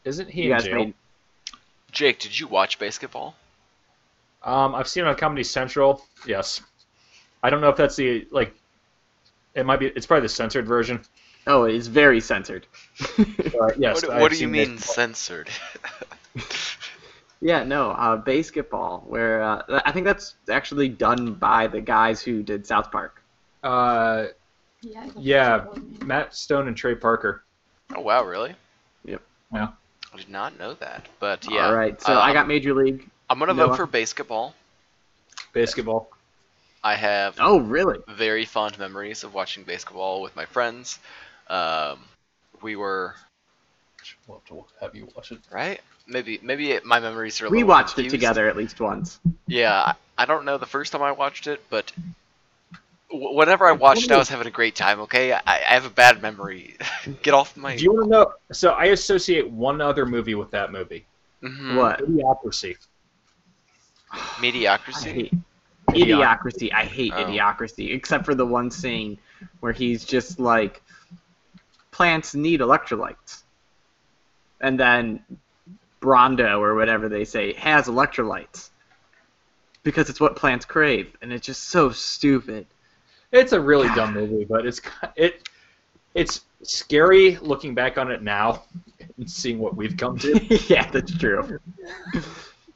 [SPEAKER 2] Isn't he
[SPEAKER 1] You
[SPEAKER 2] in
[SPEAKER 1] guys
[SPEAKER 2] jail?
[SPEAKER 1] made
[SPEAKER 3] Jake, did you watch basketball?
[SPEAKER 2] Um, I've seen it on Comedy Central. Yes. I don't know if that's the like. It might be. It's probably the censored version.
[SPEAKER 1] oh, it's very censored. *laughs*
[SPEAKER 2] But yes.
[SPEAKER 3] what
[SPEAKER 2] I
[SPEAKER 3] what
[SPEAKER 2] have
[SPEAKER 3] do you
[SPEAKER 2] seen it.
[SPEAKER 3] mean censored? *laughs*
[SPEAKER 1] Yeah, no, uh, basketball. Where uh, th- I think that's actually done by the guys who did South Park.
[SPEAKER 2] Uh,
[SPEAKER 5] Yeah. it's a
[SPEAKER 2] Yeah.
[SPEAKER 5] possible name.
[SPEAKER 2] Matt Stone and Trey Parker.
[SPEAKER 3] Oh wow, really?
[SPEAKER 1] Yep.
[SPEAKER 2] Yeah.
[SPEAKER 3] I did not know that, but yeah.
[SPEAKER 1] All right, so
[SPEAKER 3] um,
[SPEAKER 1] I got Major League.
[SPEAKER 3] I'm gonna vote
[SPEAKER 1] Noah.
[SPEAKER 3] for basketball.
[SPEAKER 2] Basketball.
[SPEAKER 3] I have
[SPEAKER 1] Oh, really?
[SPEAKER 3] very fond memories of watching basketball with my friends. Um, we were
[SPEAKER 2] Love to have you watch it.
[SPEAKER 3] right. Maybe maybe it, my memories are. A
[SPEAKER 1] We
[SPEAKER 3] little
[SPEAKER 1] watched it
[SPEAKER 3] confused.
[SPEAKER 1] together at least once.
[SPEAKER 3] Yeah, I, I don't know the first time I watched it, but w- whenever I watched it, I was having a great time. Okay, I, I have a bad memory. *laughs* Get off my.
[SPEAKER 2] Do you want to know? So I associate one other movie with that movie.
[SPEAKER 3] Mhm.
[SPEAKER 1] What?
[SPEAKER 2] Idiocracy.
[SPEAKER 1] I
[SPEAKER 3] mediocrity?
[SPEAKER 1] hate idiocracy. I hate
[SPEAKER 3] Oh.
[SPEAKER 1] idiocracy, except for the one scene where he's just like, plants need electrolytes, and then Brondo or whatever they say has electrolytes because it's what plants crave, and it's just so stupid.
[SPEAKER 2] It's a really dumb movie, but it's ki- it it's scary looking back on it now *laughs* and seeing what we've come *laughs* to.
[SPEAKER 1] yeah, that's true.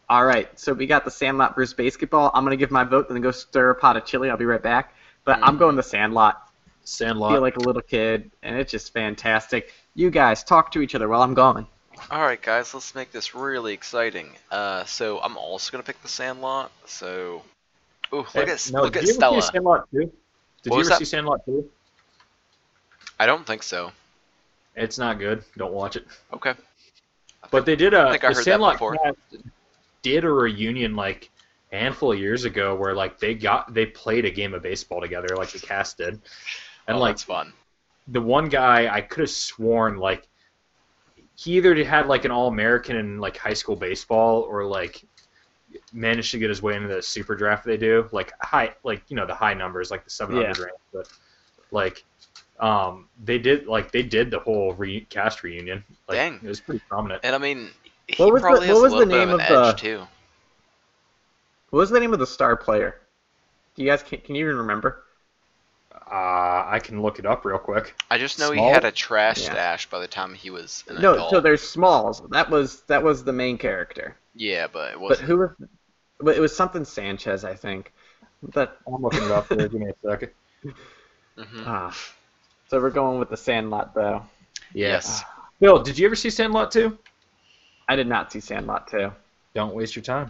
[SPEAKER 1] All right, so we got the Sandlot versus basketball. I'm gonna give my vote, then go stir a pot of chili. I'll be right back. But I'm
[SPEAKER 3] Mm.
[SPEAKER 1] going the Sandlot. I feel
[SPEAKER 2] Sandlot.
[SPEAKER 1] like a little kid, and it's just fantastic. You guys talk to each other while I'm gone.
[SPEAKER 3] All right, guys, let's make this really exciting. Uh, so I'm also gonna pick the Sandlot. So, ooh, look
[SPEAKER 2] Hey,
[SPEAKER 3] at s-
[SPEAKER 2] no,
[SPEAKER 3] look
[SPEAKER 2] did
[SPEAKER 3] at
[SPEAKER 2] you ever
[SPEAKER 3] Stella.
[SPEAKER 2] see Sandlot 2? Did you
[SPEAKER 3] was
[SPEAKER 2] ever
[SPEAKER 3] that?
[SPEAKER 2] see Sandlot 2?
[SPEAKER 3] I don't think so.
[SPEAKER 2] It's not good. Don't watch it.
[SPEAKER 3] Okay.
[SPEAKER 2] But they did a
[SPEAKER 3] I think I
[SPEAKER 2] the
[SPEAKER 3] heard that
[SPEAKER 2] Sandlot
[SPEAKER 3] before.
[SPEAKER 2] cast did a reunion like a handful of years ago where like they got they played a game of baseball together like the cast did. And
[SPEAKER 3] oh,
[SPEAKER 2] like
[SPEAKER 3] that's fun.
[SPEAKER 2] the one guy I could have sworn like he either had like an all American in like high school baseball or like managed to get his way into the super draft they do like high like you know the high numbers like the 700 range but like um they did like they did the whole re- cast reunion like
[SPEAKER 3] Dang.
[SPEAKER 2] it was pretty prominent
[SPEAKER 3] And I mean, he
[SPEAKER 1] What was the-
[SPEAKER 3] probably has
[SPEAKER 1] what was the
[SPEAKER 3] a little bit of
[SPEAKER 1] name
[SPEAKER 3] an
[SPEAKER 1] of uh, the-
[SPEAKER 3] edge too.
[SPEAKER 1] What was the name of the star player? Do you guys can, can you even remember?
[SPEAKER 2] uh I can look it up real quick
[SPEAKER 3] I just know
[SPEAKER 2] Small?
[SPEAKER 3] he had a trash
[SPEAKER 1] Yeah.
[SPEAKER 3] stash by the time he was an
[SPEAKER 1] no,
[SPEAKER 3] adult.
[SPEAKER 1] so there's Smalls. That was that was the main character.
[SPEAKER 3] yeah, but it
[SPEAKER 1] But
[SPEAKER 3] wasn't.
[SPEAKER 1] who? was- But it was something Sanchez, I think. But
[SPEAKER 2] I'm looking it up here give me a *laughs* second
[SPEAKER 3] Mhm.
[SPEAKER 1] ah, so we're going with the Sandlot though.
[SPEAKER 3] Yes.
[SPEAKER 2] Ah. Bill did you ever see Sandlot 2
[SPEAKER 1] I did not see Sandlot too.
[SPEAKER 2] don't waste your time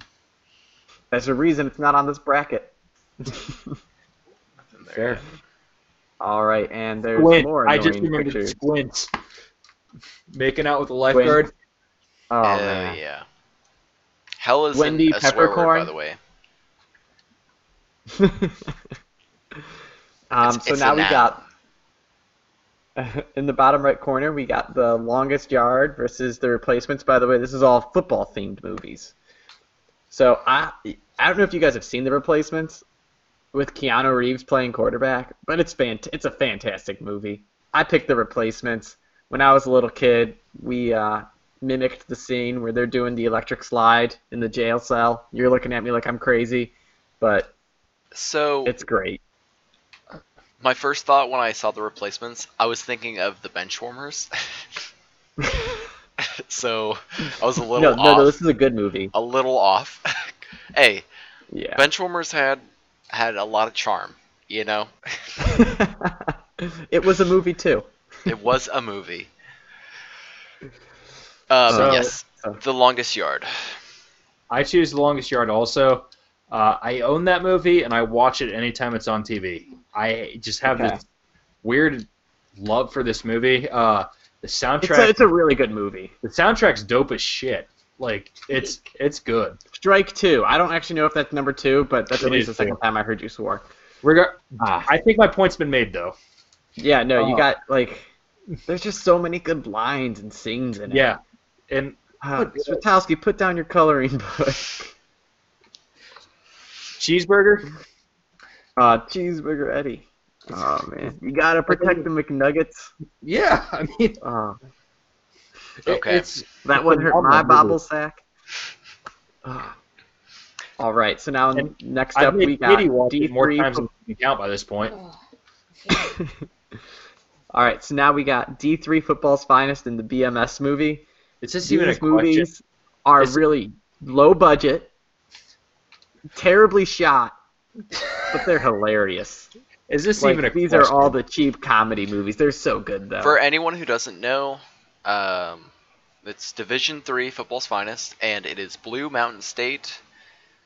[SPEAKER 1] There's a reason it's not on this bracket. *laughs*
[SPEAKER 3] And there-
[SPEAKER 2] fair
[SPEAKER 1] All right, and there's
[SPEAKER 2] Squint.
[SPEAKER 1] more
[SPEAKER 2] I
[SPEAKER 1] annoying
[SPEAKER 2] just remembered
[SPEAKER 1] pictures.
[SPEAKER 2] Squint making out with the lifeguard.
[SPEAKER 1] Oh
[SPEAKER 3] Oh,
[SPEAKER 1] man.
[SPEAKER 3] yeah. Hell is
[SPEAKER 1] Wendy
[SPEAKER 3] a swear word, by
[SPEAKER 1] Peppercorn?
[SPEAKER 3] the way.
[SPEAKER 1] *laughs* um,
[SPEAKER 3] It's-
[SPEAKER 1] so
[SPEAKER 3] it's a
[SPEAKER 1] now we
[SPEAKER 3] noun.
[SPEAKER 1] got *laughs* in the bottom right corner we got the longest yard versus the replacements. By the way, this is all football themed movies. So I I don't know if you guys have seen the replacements with Keanu Reeves playing quarterback, but it's fant- it's a fantastic movie. I picked the replacements when I was a little kid. We uh, mimicked the scene where they're doing the electric slide in the jail cell. You're looking at me like I'm crazy, but
[SPEAKER 3] So
[SPEAKER 1] it's great.
[SPEAKER 3] my first thought when I saw the replacements, I was thinking of the Benchwarmers. *laughs* so I was a
[SPEAKER 1] *laughs*
[SPEAKER 3] little
[SPEAKER 1] No,
[SPEAKER 3] off.
[SPEAKER 1] no, no, this is a good movie.
[SPEAKER 3] A little off. *laughs* hey,
[SPEAKER 1] Yeah.
[SPEAKER 3] Benchwarmers had had a lot of charm. You know,
[SPEAKER 1] *laughs* it was a movie
[SPEAKER 3] *laughs*
[SPEAKER 1] too.
[SPEAKER 3] it was a
[SPEAKER 2] *laughs*
[SPEAKER 3] movie. Um,
[SPEAKER 1] So-
[SPEAKER 3] yes,
[SPEAKER 1] so-
[SPEAKER 3] the longest yard.
[SPEAKER 2] I choose The Longest Yard also. Uh, I own that movie and I watch it anytime it's on TV. I just have
[SPEAKER 1] Okay.
[SPEAKER 2] this weird love for this movie. Uh, the
[SPEAKER 1] It's
[SPEAKER 2] soundtrack,
[SPEAKER 1] a, it's a really good movie.
[SPEAKER 2] the soundtrack's dope as shit. Like it's it's good.
[SPEAKER 1] Strike Two. I don't actually know if that's number two, but that's
[SPEAKER 2] It
[SPEAKER 1] at least
[SPEAKER 2] is
[SPEAKER 1] the second time I heard you swore.
[SPEAKER 2] Regar-
[SPEAKER 1] Ah.
[SPEAKER 2] I think my point's been made though.
[SPEAKER 1] Yeah, no, you
[SPEAKER 2] Oh.
[SPEAKER 1] got like. There's just so many good lines and scenes in it.
[SPEAKER 2] Yeah, and
[SPEAKER 1] Uh, Swatowski, put down your coloring book. *laughs*
[SPEAKER 2] cheeseburger.
[SPEAKER 1] Uh, cheeseburger Eddie. *laughs* Oh man, you gotta protect the McNuggets.
[SPEAKER 2] Yeah, I mean
[SPEAKER 1] Oh.
[SPEAKER 3] Okay.
[SPEAKER 2] It's
[SPEAKER 1] That one hurt
[SPEAKER 2] Phenomenal
[SPEAKER 1] my
[SPEAKER 2] movie.
[SPEAKER 1] bobble sack. Ugh. All right, so now
[SPEAKER 2] And
[SPEAKER 1] next
[SPEAKER 2] I've
[SPEAKER 1] up
[SPEAKER 2] made
[SPEAKER 1] we got
[SPEAKER 2] Kitty watch it more
[SPEAKER 1] D3.
[SPEAKER 2] times than you can count by this point.
[SPEAKER 5] Ugh.
[SPEAKER 1] All right, so now we got D3 Football's Finest and the BMS movie.
[SPEAKER 2] Is this
[SPEAKER 1] These
[SPEAKER 2] even a
[SPEAKER 1] movies
[SPEAKER 2] question?
[SPEAKER 1] are
[SPEAKER 2] It's-
[SPEAKER 1] really low budget, terribly shot, but they're hilarious.
[SPEAKER 2] Is *laughs* this
[SPEAKER 1] Like,
[SPEAKER 2] even a
[SPEAKER 1] these are
[SPEAKER 2] question?
[SPEAKER 1] all the cheap comedy movies. They're so good though.
[SPEAKER 3] For anyone who doesn't know, um, it's Division Three football's finest, and it is Blue Mountain State,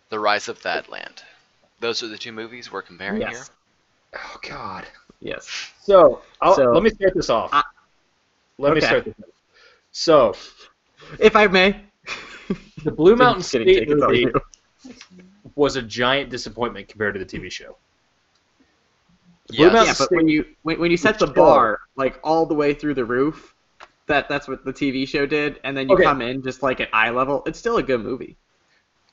[SPEAKER 3] The Rise of Thadland. Those are the two movies we're comparing here.
[SPEAKER 1] yes,
[SPEAKER 2] Oh God.
[SPEAKER 1] yes.
[SPEAKER 2] So, I'll,
[SPEAKER 1] So-
[SPEAKER 2] let me start this off.
[SPEAKER 1] I-
[SPEAKER 2] let me
[SPEAKER 1] Okay.
[SPEAKER 2] start this. Off. So
[SPEAKER 1] If I may.
[SPEAKER 2] the Blue Mountain
[SPEAKER 1] Just kidding,
[SPEAKER 2] State
[SPEAKER 1] Jake, it's all
[SPEAKER 2] movie
[SPEAKER 1] *laughs* you.
[SPEAKER 2] was a giant disappointment compared to the TV show.
[SPEAKER 3] Yes.
[SPEAKER 2] Mountain
[SPEAKER 1] Yeah, but when you when, when you set the
[SPEAKER 2] Sure.
[SPEAKER 1] bar like all the way through the roof, that that's what the TV show did, and then you
[SPEAKER 2] Okay.
[SPEAKER 1] come in just like at eye level. It's still a good movie.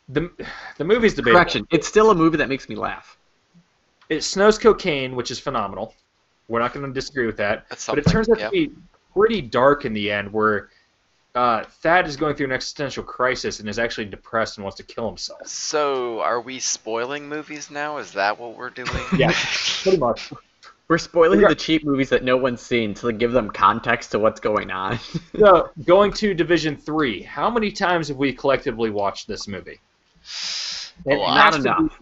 [SPEAKER 2] The the movie's debatable.
[SPEAKER 1] Correction, it's still a movie that makes me laugh.
[SPEAKER 2] It snows cocaine, which is phenomenal. We're not going to disagree with that.
[SPEAKER 3] That's
[SPEAKER 2] But it
[SPEAKER 3] something,
[SPEAKER 2] turns out
[SPEAKER 3] yeah.
[SPEAKER 2] to be pretty dark in the end, where uh, Thad is going through an existential crisis and is actually depressed and wants to kill himself.
[SPEAKER 3] So, are we spoiling movies now? Is that what
[SPEAKER 2] *laughs*
[SPEAKER 3] we're doing?
[SPEAKER 2] Yeah. Pretty much.
[SPEAKER 1] We're spoiling
[SPEAKER 2] Yeah.
[SPEAKER 1] the cheap movies that no one's seen to give them context to what's going on. *laughs*
[SPEAKER 2] So, going to Division Three, how many times have we collectively watched this movie?
[SPEAKER 3] *laughs* A
[SPEAKER 2] It
[SPEAKER 3] lot.
[SPEAKER 2] has
[SPEAKER 1] Not
[SPEAKER 2] to
[SPEAKER 1] enough.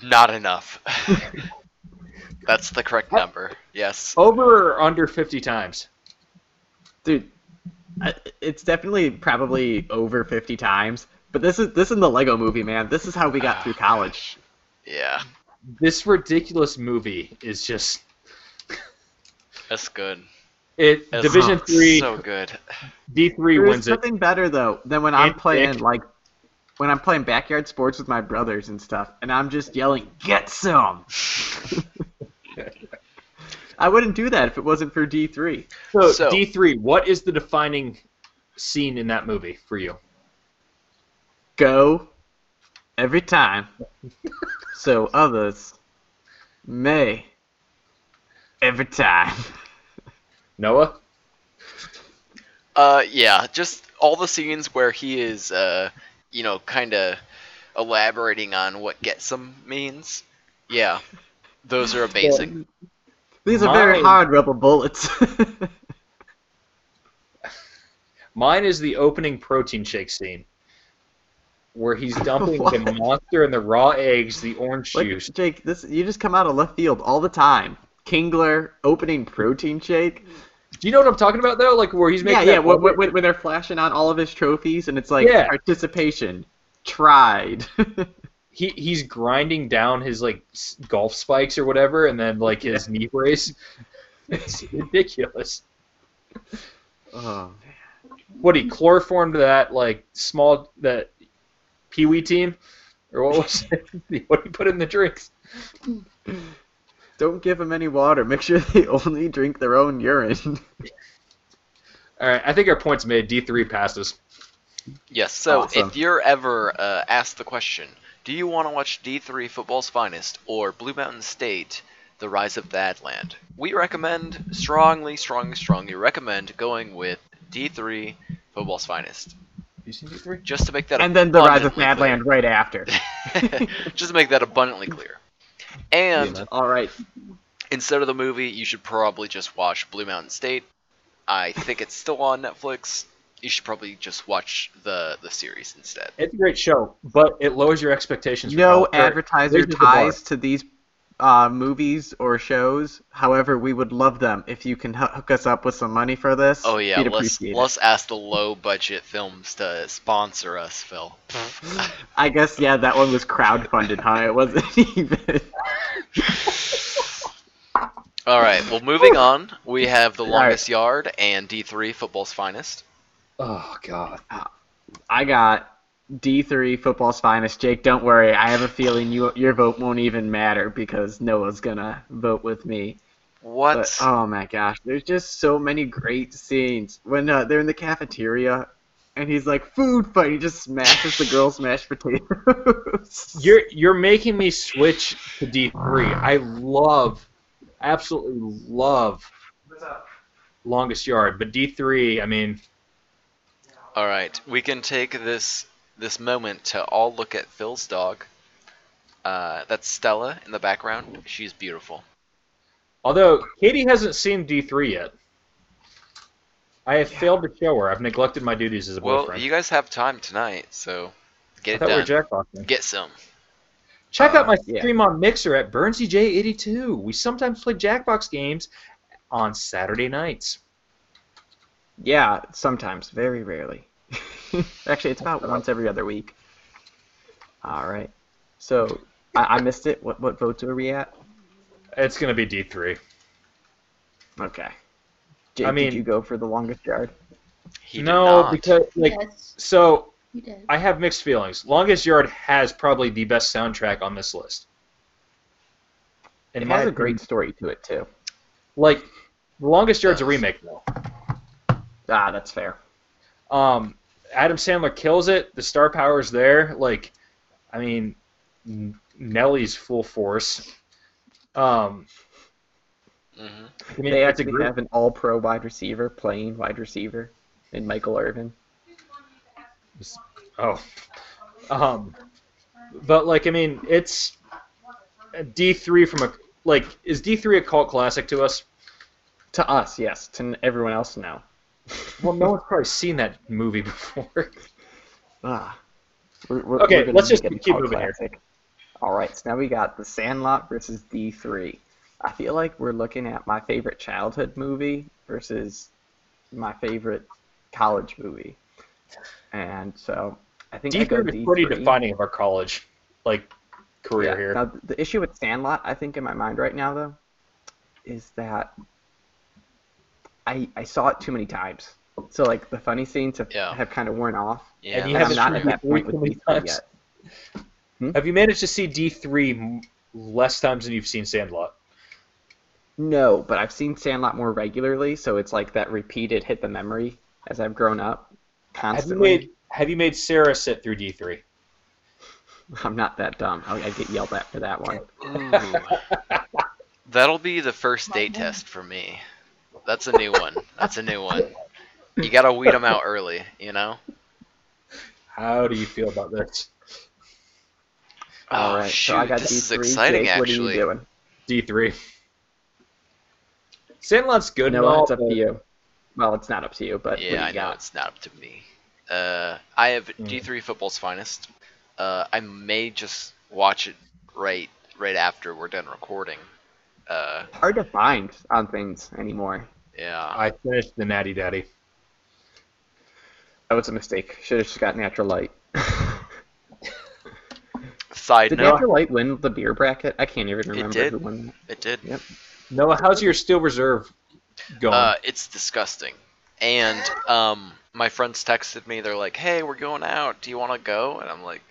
[SPEAKER 2] be *laughs*
[SPEAKER 3] Not enough. That's the correct number. Yes.
[SPEAKER 2] Over or under 50 times?
[SPEAKER 1] Dude, I- it's definitely probably over 50 times, but this is this in the Lego movie, man. This is how we got through college.
[SPEAKER 3] Yeah.
[SPEAKER 2] This ridiculous movie is just
[SPEAKER 3] That's good.
[SPEAKER 2] it.
[SPEAKER 3] That's
[SPEAKER 2] Division Three,
[SPEAKER 3] So good.
[SPEAKER 2] D three
[SPEAKER 1] There's
[SPEAKER 2] wins it.
[SPEAKER 1] nothing better though than when I'm
[SPEAKER 2] And
[SPEAKER 1] playing
[SPEAKER 2] dick.
[SPEAKER 1] like when I'm playing backyard sports with my brothers and stuff, and I'm just yelling, "Get some!" I wouldn't do that if it wasn't for D three.
[SPEAKER 2] So,
[SPEAKER 3] So-
[SPEAKER 2] D three, what is the defining scene in that movie for you?
[SPEAKER 1] Go every time, so others may every time.
[SPEAKER 2] Noah?
[SPEAKER 3] Uh, yeah, just all the scenes where he is, uh, you know, kind of elaborating on what get some means. Yeah, those are amazing.
[SPEAKER 1] These are very
[SPEAKER 2] Mine-
[SPEAKER 1] hard rubber bullets. *laughs*
[SPEAKER 2] Mine is the opening protein shake scene.
[SPEAKER 1] *laughs*
[SPEAKER 2] Where he's dumping the
[SPEAKER 1] What?
[SPEAKER 2] monster and the raw eggs, the orange
[SPEAKER 1] Like,
[SPEAKER 2] juice.
[SPEAKER 1] Jake, this you just come out of left field all the time. Kingler opening protein shake.
[SPEAKER 2] Do you know what I'm talking about though? Like where he's making
[SPEAKER 1] Yeah, yeah.
[SPEAKER 2] that
[SPEAKER 1] When,
[SPEAKER 2] public-
[SPEAKER 1] when, when they're flashing on all of his trophies, and it's like
[SPEAKER 2] Yeah.
[SPEAKER 1] participation tried. *laughs*
[SPEAKER 2] he he's grinding down his like s- golf spikes or whatever, and then like his knee brace. *laughs* It's ridiculous.
[SPEAKER 1] oh, man.
[SPEAKER 2] What he chloroformed that like small that Pee Wee team, or what was it? *laughs* what he put in the drinks?
[SPEAKER 1] Don't give them any water. Make sure they only drink their own urine.
[SPEAKER 2] All right, I think our points made. D three passes.
[SPEAKER 3] Yes, so
[SPEAKER 1] Awesome.
[SPEAKER 3] if you're ever uh, asked the question, do you want to watch D3 Football's Finest or Blue Mountain State, The Rise of Badland? We recommend, strongly, strongly, strongly recommend going with D3 Football's Finest.
[SPEAKER 2] You seen D three?
[SPEAKER 3] Just to make that
[SPEAKER 1] and then the rise of
[SPEAKER 3] abundantly
[SPEAKER 1] Madland right
[SPEAKER 3] *laughs*
[SPEAKER 1] after.
[SPEAKER 3] clear. Just to make that abundantly clear. And
[SPEAKER 2] Yeah, man.
[SPEAKER 1] all right.
[SPEAKER 3] instead of the movie, you should probably just watch Blue Mountain State. I think it's still on Netflix. You should probably just watch the the series instead.
[SPEAKER 2] It's a great show, but it lowers your expectations. for
[SPEAKER 1] No
[SPEAKER 2] college.
[SPEAKER 1] advertiser
[SPEAKER 2] Raises the bar.
[SPEAKER 1] ties to these uh, movies or shows. However, we would love them if you can hoo- hook us up with some money for this.
[SPEAKER 3] Oh yeah,
[SPEAKER 1] we'd
[SPEAKER 3] let's
[SPEAKER 1] appreciate it.
[SPEAKER 3] let's ask the low budget films to sponsor us, Phil.
[SPEAKER 1] I guess yeah, that one was crowdfunded, huh? It wasn't *laughs* even.
[SPEAKER 3] All right, well moving on, we have The
[SPEAKER 1] All
[SPEAKER 3] Longest Yard and D3 Football's Finest.
[SPEAKER 2] Oh god.
[SPEAKER 1] I got D3 football's finest. Jake, don't worry. I have a feeling you, your vote won't even matter because Noah's gonna vote with me.
[SPEAKER 3] What?
[SPEAKER 1] But oh my gosh, there's just so many great scenes when uh, they're in the cafeteria and he's like food fight. He just smashes the girl's mashed potatoes.
[SPEAKER 2] *laughs* You're you're making me switch to D three. I love, absolutely love, longest yard. But D three, I mean,
[SPEAKER 3] All right, we can take this this moment to all look at Phil's dog. Uh, that's Stella in the background. She's beautiful.
[SPEAKER 2] Although Katie hasn't seen D3 yet. I have failed to show her. I've neglected my duties as a
[SPEAKER 3] Well,
[SPEAKER 2] boyfriend.
[SPEAKER 3] you guys have time tonight, so
[SPEAKER 2] I
[SPEAKER 3] get it
[SPEAKER 2] thought we were
[SPEAKER 3] done.
[SPEAKER 2] jackboxing.
[SPEAKER 3] Get some. Uh,
[SPEAKER 2] Check out my
[SPEAKER 1] yeah.
[SPEAKER 2] stream on Mixer at Burnsy J82. We sometimes play Jackbox games on Saturday nights.
[SPEAKER 1] Yeah, sometimes, very rarely. *laughs* Actually, it's about once every other week. All right. So I, I missed it. What what votes were we at?
[SPEAKER 2] It's gonna be D3.
[SPEAKER 1] Okay. Jake,
[SPEAKER 2] I mean-
[SPEAKER 1] did you go for the longest yard?
[SPEAKER 3] He did
[SPEAKER 2] no,
[SPEAKER 3] not.
[SPEAKER 2] because like
[SPEAKER 5] yes,
[SPEAKER 2] so
[SPEAKER 5] you did.
[SPEAKER 2] I have mixed feelings. Longest Yard has probably the best soundtrack on this list. In
[SPEAKER 1] It
[SPEAKER 2] my
[SPEAKER 1] has a
[SPEAKER 2] opinion.
[SPEAKER 1] great story to it too.
[SPEAKER 2] like The Longest Yard's a
[SPEAKER 3] Does.
[SPEAKER 2] remake though.
[SPEAKER 1] Ah, that's fair.
[SPEAKER 2] Um, Adam Sandler kills it. The star power's there. Like, I mean, N- Nelly's full force. Um,
[SPEAKER 3] Mhm.
[SPEAKER 2] I mean,
[SPEAKER 1] They
[SPEAKER 2] that's a
[SPEAKER 1] actually
[SPEAKER 2] great.
[SPEAKER 1] have an all-pro wide receiver playing wide receiver, in Michael Irvin.
[SPEAKER 2] Oh. Um, but like, I mean, it's D three from a like is D three a cult classic to us?
[SPEAKER 1] To us, yes. To n- everyone else, no.
[SPEAKER 2] Well, no one's probably seen that movie *laughs* before.
[SPEAKER 1] Ah. We're, we're,
[SPEAKER 2] Okay,
[SPEAKER 1] gonna
[SPEAKER 2] let's just
[SPEAKER 1] make it
[SPEAKER 2] keep
[SPEAKER 1] all
[SPEAKER 2] moving here.
[SPEAKER 1] classic. All right, so now we got The Sandlot versus D3. I feel like we're looking at my favorite childhood movie versus my favorite college movie. And so I think I
[SPEAKER 2] D
[SPEAKER 1] go
[SPEAKER 2] three
[SPEAKER 1] D3.
[SPEAKER 2] is pretty defining of our college like career
[SPEAKER 1] Yeah.
[SPEAKER 2] here.
[SPEAKER 1] Now, th- the issue with Sandlot, I think, in my mind right now, though, is that I, I saw it too many times. So, like, the funny scenes have,
[SPEAKER 3] Yeah.
[SPEAKER 1] have kind of worn off.
[SPEAKER 3] Yeah,
[SPEAKER 2] and you
[SPEAKER 1] and I'm
[SPEAKER 2] haven't
[SPEAKER 1] not
[SPEAKER 2] seen
[SPEAKER 1] at
[SPEAKER 2] it
[SPEAKER 1] that point with
[SPEAKER 2] too many
[SPEAKER 1] D3
[SPEAKER 2] times.
[SPEAKER 1] yet.
[SPEAKER 2] Have you managed to see D three less times than you've seen Sandlot?
[SPEAKER 1] No, but I've seen Sandlot more regularly, so it's like that repeated hit the memory as I've grown up
[SPEAKER 2] Have you
[SPEAKER 1] constantly.
[SPEAKER 2] made Have you made Sarah sit through D three?
[SPEAKER 1] *laughs* I'm not that dumb. I, I get yelled at for that one.
[SPEAKER 2] *laughs*
[SPEAKER 3] Ooh. That'll be the first date test for me. That's a new one. That's a new one. You gotta weed them out early, you know.
[SPEAKER 2] How do you feel about this?
[SPEAKER 3] Oh
[SPEAKER 1] All right,
[SPEAKER 3] shoot,
[SPEAKER 1] so I got
[SPEAKER 3] this is
[SPEAKER 1] D3.
[SPEAKER 3] exciting
[SPEAKER 1] Jake, What
[SPEAKER 3] actually.
[SPEAKER 1] are you doing?
[SPEAKER 2] D three. Sandlot's good. and
[SPEAKER 1] No,
[SPEAKER 2] all,
[SPEAKER 1] it's up
[SPEAKER 2] but-
[SPEAKER 1] to you. Well, it's not up to you, but
[SPEAKER 3] yeah,
[SPEAKER 1] what
[SPEAKER 3] I
[SPEAKER 1] do you
[SPEAKER 3] know
[SPEAKER 1] got? Hmm.
[SPEAKER 3] it's not up to me. Uh, I have
[SPEAKER 2] Mm.
[SPEAKER 3] D3 Football's Finest. Uh, I may just watch it right right after we're done recording. Uh,
[SPEAKER 1] Hard to find on things anymore. Uh,
[SPEAKER 3] yeah.
[SPEAKER 2] I finished the Natty Daddy.
[SPEAKER 1] That was a mistake. Should have just got Natural
[SPEAKER 3] *laughs*
[SPEAKER 1] Light.
[SPEAKER 3] Side
[SPEAKER 1] Did
[SPEAKER 3] note,
[SPEAKER 1] Natural Light win the beer bracket? I can't even remember
[SPEAKER 3] did.
[SPEAKER 1] who won. that.
[SPEAKER 3] it did.
[SPEAKER 2] Noah, how's your Steel Reserve going?
[SPEAKER 3] Uh, it's disgusting. And um, my friends texted me. They're like, "Hey, we're going out. Do you want to go?" And I'm like,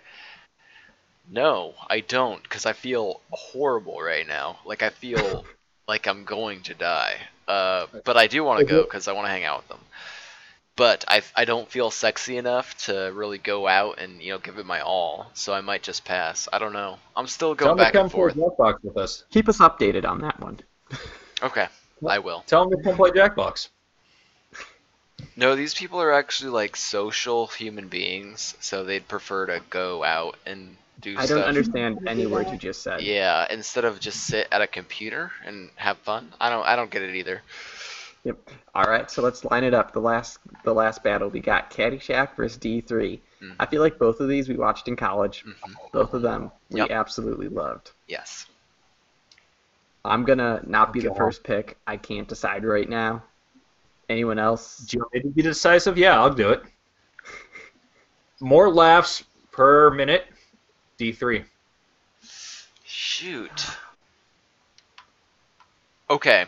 [SPEAKER 3] "No, I don't, because I feel horrible right now. Like
[SPEAKER 2] *laughs*
[SPEAKER 3] I feel like I'm going to die. Uh, but I do want to
[SPEAKER 2] Is
[SPEAKER 3] go
[SPEAKER 2] it-
[SPEAKER 3] because I want to hang out with them. But I, I don't feel sexy enough to really go out and you know give it my all. So I might just pass. I don't know. I'm still
[SPEAKER 2] Tell
[SPEAKER 3] going
[SPEAKER 2] him to
[SPEAKER 3] back
[SPEAKER 2] come
[SPEAKER 3] and
[SPEAKER 2] play
[SPEAKER 3] forth.
[SPEAKER 2] Jackbox with us.
[SPEAKER 1] Keep us updated on that one.
[SPEAKER 3] Okay, I will.
[SPEAKER 2] Tell him to come play Jackbox.
[SPEAKER 3] No, these people are actually like social human beings, so they'd prefer to go out and do
[SPEAKER 1] I
[SPEAKER 3] stuff.
[SPEAKER 1] don't understand any word you just said.
[SPEAKER 3] Yeah, instead of just sit at a computer and have fun. I don't I don't get it either.
[SPEAKER 1] All right, so let's line it up. The last, the last battle we got Caddyshack versus D3.
[SPEAKER 3] Mhm.
[SPEAKER 1] I feel like both of these we watched in college.
[SPEAKER 3] Mhm.
[SPEAKER 1] Both of them we
[SPEAKER 3] Yep.
[SPEAKER 1] absolutely loved.
[SPEAKER 3] Yes.
[SPEAKER 1] I'm gonna not be the
[SPEAKER 2] Okay.
[SPEAKER 1] first pick. I can't decide right now. Anyone else?
[SPEAKER 2] Do you want me to be decisive? Yeah, I'll do it. More laughs per minute. D3.
[SPEAKER 3] Shoot. Okay.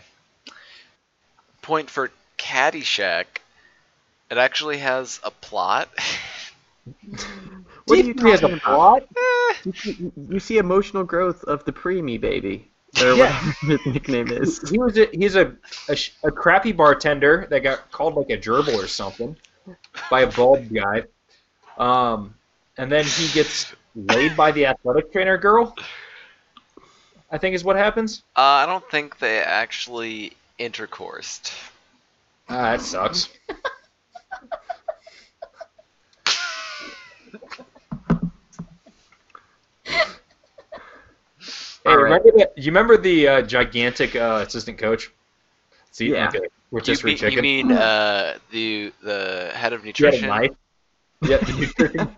[SPEAKER 3] Point for Caddyshack. It actually has a plot. *laughs*
[SPEAKER 5] Mm-hmm.
[SPEAKER 1] What are you
[SPEAKER 2] D3 has a
[SPEAKER 1] talking about?
[SPEAKER 2] plot?
[SPEAKER 1] You, you see emotional growth of the preemie baby, or
[SPEAKER 2] Yeah.
[SPEAKER 1] whatever *laughs* his nickname is.
[SPEAKER 2] *laughs* He was a, he's a, a, sh- a crappy bartender that got called like a gerbil or something by a bald guy. Um, and then he gets laid by the athletic trainer girl. I think is what happens.
[SPEAKER 3] Uh, I don't think they actually intercoursed.
[SPEAKER 2] Ah, that sucks. Hey,
[SPEAKER 1] All right.
[SPEAKER 2] remember that? You remember the uh, gigantic uh, assistant coach? See,
[SPEAKER 1] Yeah.
[SPEAKER 2] like a
[SPEAKER 3] You,
[SPEAKER 2] rotisserie
[SPEAKER 3] mean,
[SPEAKER 2] chicken.
[SPEAKER 3] you mean uh, the the head of
[SPEAKER 2] She had a
[SPEAKER 3] nutrition?
[SPEAKER 2] knife.
[SPEAKER 1] *laughs*
[SPEAKER 2] Yeah. you-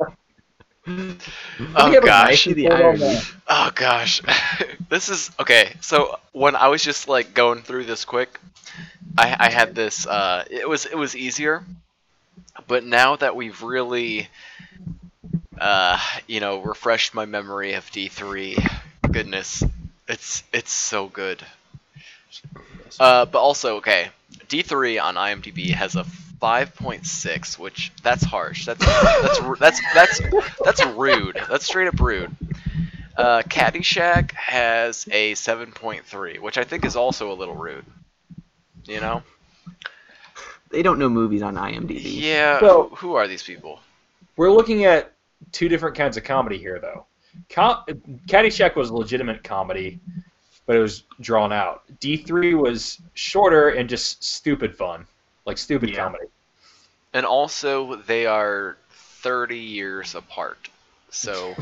[SPEAKER 3] Oh
[SPEAKER 2] you have a
[SPEAKER 3] gosh.
[SPEAKER 2] knife?
[SPEAKER 1] The
[SPEAKER 2] Hold on
[SPEAKER 1] irony.
[SPEAKER 2] there.
[SPEAKER 3] Oh gosh. *laughs* this is okay. So when I was just like going through this quick, I, I had this. Uh, it was it was easier, but now that we've really, uh, you know, refreshed my memory of D three, goodness, it's it's so good. Uh, but also okay, D three on IMDb has a. 5.6 which that's harsh that's that's ru- that's that's that's rude that's straight up rude uh, Caddyshack has a 7.3, which I think is also a little rude. You know?
[SPEAKER 1] They don't know movies on IMDb.
[SPEAKER 3] Yeah.
[SPEAKER 2] So-
[SPEAKER 3] who, who are these people?
[SPEAKER 2] We're looking at two different kinds of comedy here, though. Com- Caddyshack was a legitimate comedy, but it was drawn out. D3 was shorter and just stupid fun, like stupid
[SPEAKER 1] Yeah.
[SPEAKER 2] comedy. *laughs*
[SPEAKER 3] And also, they are 30 years apart.
[SPEAKER 1] *laughs*
[SPEAKER 3] So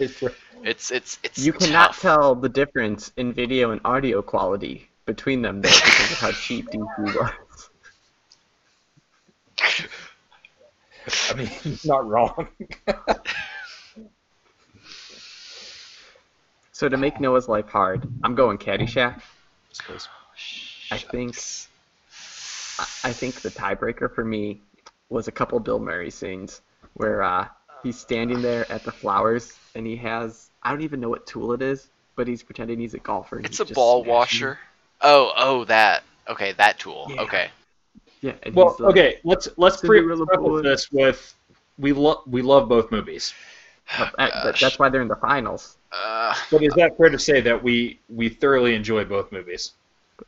[SPEAKER 3] it's it's it's
[SPEAKER 1] You cannot
[SPEAKER 3] tough.
[SPEAKER 1] tell the difference in video and audio quality between them though, because of how cheap DC was.
[SPEAKER 2] I *laughs* mean, he's not wrong.
[SPEAKER 1] So to make Noah's life hard, I'm going Caddyshack. I think-
[SPEAKER 3] Shucks.
[SPEAKER 1] I- I think the tiebreaker for me was a couple Bill Murray scenes where uh, he's standing there at the flowers and he has I don't even know what tool it is, but he's pretending he's a golfer. and
[SPEAKER 3] it's
[SPEAKER 1] he's
[SPEAKER 3] a
[SPEAKER 1] just
[SPEAKER 3] ball
[SPEAKER 1] smashing
[SPEAKER 3] washer. Oh, oh, that. Okay, that tool.
[SPEAKER 1] Yeah.
[SPEAKER 3] Okay.
[SPEAKER 1] it. Yeah. And
[SPEAKER 2] Well,
[SPEAKER 1] he's, uh,
[SPEAKER 2] okay, let's let's pre-
[SPEAKER 1] Cinderella
[SPEAKER 2] preface
[SPEAKER 1] boy.
[SPEAKER 2] this with we love we love both movies,
[SPEAKER 1] uh, that-
[SPEAKER 3] Gosh.
[SPEAKER 1] that's why they're in the finals.
[SPEAKER 3] Uh,
[SPEAKER 2] but is that fair to say that we we thoroughly enjoy both movies?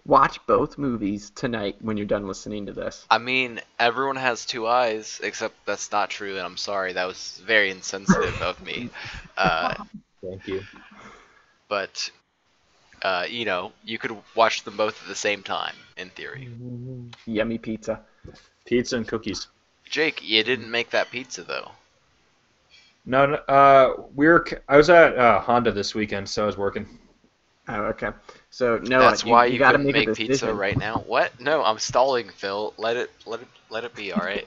[SPEAKER 1] Watch both movies tonight when you're done listening to this.
[SPEAKER 3] I mean, everyone has two eyes, except that's not true, and I'm sorry. That was very insensitive of
[SPEAKER 1] *laughs*
[SPEAKER 3] me. Uh,
[SPEAKER 2] Thank you.
[SPEAKER 3] but uh, you know, you could watch them both at the same time in theory.
[SPEAKER 1] Yummy pizza.
[SPEAKER 2] Pizza and cookies.
[SPEAKER 3] Jake, you didn't make that pizza though.
[SPEAKER 2] No, no uh, we were. c- I was at uh, Honda this weekend, so I was working.
[SPEAKER 1] Oh, okay. So Noah,
[SPEAKER 3] That's why you,
[SPEAKER 1] gotta
[SPEAKER 3] couldn't
[SPEAKER 1] make,
[SPEAKER 3] make,
[SPEAKER 1] a decision.
[SPEAKER 3] pizza right now. What? No, I'm stalling, Phil. Let it, let it, let it be. All *sighs* right.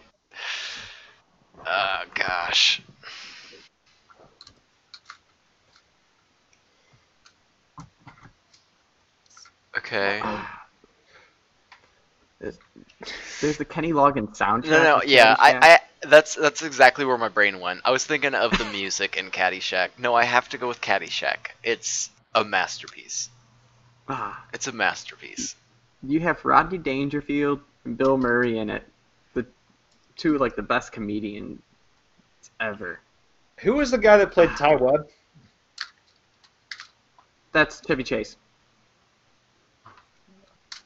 [SPEAKER 3] Oh gosh. Okay.
[SPEAKER 1] *sighs* There's the Kenny Loggins soundtrack.
[SPEAKER 3] No, no,
[SPEAKER 1] of
[SPEAKER 3] yeah,
[SPEAKER 1] Caddyshack.
[SPEAKER 3] I, I, that's that's exactly where my brain went. I was thinking of the music in Caddyshack. No, I have to go with Caddyshack. It's a masterpiece.
[SPEAKER 1] Ah,
[SPEAKER 3] It's a masterpiece.
[SPEAKER 1] you have Rodney Dangerfield and Bill Murray in it, the two like the best comedians ever.
[SPEAKER 2] Who was the guy that played Ty Webb?
[SPEAKER 1] That's Chevy Chase.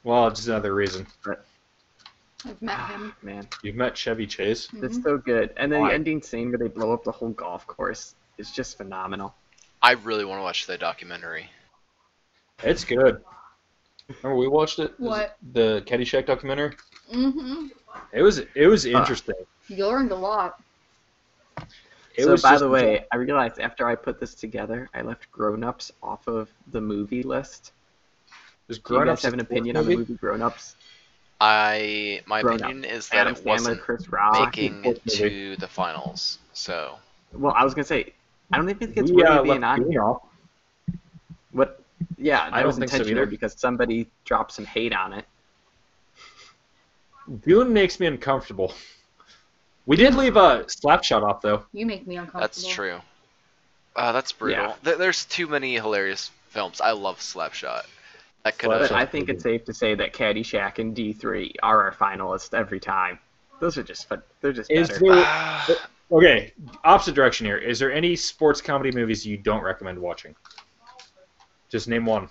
[SPEAKER 2] Well, it's another reason.
[SPEAKER 5] I've met him.
[SPEAKER 1] Ah, Man,
[SPEAKER 2] You've met Chevy Chase.
[SPEAKER 1] it's
[SPEAKER 5] Mhm.
[SPEAKER 1] so good. And then
[SPEAKER 2] Why?
[SPEAKER 1] the ending scene where they blow up the whole golf course is just phenomenal.
[SPEAKER 3] I really want to watch that documentary.
[SPEAKER 2] It's good. Remember we watched it?
[SPEAKER 5] What?
[SPEAKER 2] The Caddyshack documentary.
[SPEAKER 5] Mm-hmm.
[SPEAKER 2] It was it was interesting.
[SPEAKER 5] You learned a lot.
[SPEAKER 2] It
[SPEAKER 1] so
[SPEAKER 2] was
[SPEAKER 1] by
[SPEAKER 2] just-
[SPEAKER 1] the way, I realized after I put this together, I left Grown Ups off of the movie list.
[SPEAKER 2] Does
[SPEAKER 1] Do you
[SPEAKER 2] Grown
[SPEAKER 1] guys
[SPEAKER 2] Ups
[SPEAKER 1] have an
[SPEAKER 2] support
[SPEAKER 1] opinion on the movie Grown Ups?
[SPEAKER 3] I, my
[SPEAKER 1] Grown
[SPEAKER 3] opinion is that
[SPEAKER 1] Adam
[SPEAKER 3] it
[SPEAKER 1] Sandler,
[SPEAKER 3] wasn't
[SPEAKER 1] Chris Rock.
[SPEAKER 3] making it
[SPEAKER 2] Movie.
[SPEAKER 3] to the finals. So
[SPEAKER 1] Well, I was gonna say, I don't even think it's
[SPEAKER 2] We,
[SPEAKER 1] really
[SPEAKER 2] uh,
[SPEAKER 1] being
[SPEAKER 2] left
[SPEAKER 1] on
[SPEAKER 2] Grown
[SPEAKER 1] here.
[SPEAKER 2] off.
[SPEAKER 1] What? Yeah, that
[SPEAKER 2] I don't
[SPEAKER 1] was
[SPEAKER 2] think so
[SPEAKER 1] intentional
[SPEAKER 2] either.
[SPEAKER 1] because somebody dropped some hate on it.
[SPEAKER 2] Dune makes me uncomfortable. We did leave a slap shot off though.
[SPEAKER 5] You make me uncomfortable.
[SPEAKER 3] that's true. Uh, that's brutal.
[SPEAKER 1] Yeah.
[SPEAKER 3] There, there's too many hilarious films. I love Slapshot. That could
[SPEAKER 1] But
[SPEAKER 2] Slapshot.
[SPEAKER 3] have.
[SPEAKER 1] I think it's safe to say that Caddyshack and D3 are our finalists every time. Those are just fun. They're just
[SPEAKER 2] Is
[SPEAKER 1] better.
[SPEAKER 3] *sighs*
[SPEAKER 2] there okay? Opposite direction here. Is there any sports comedy movies you don't recommend watching? Just name one.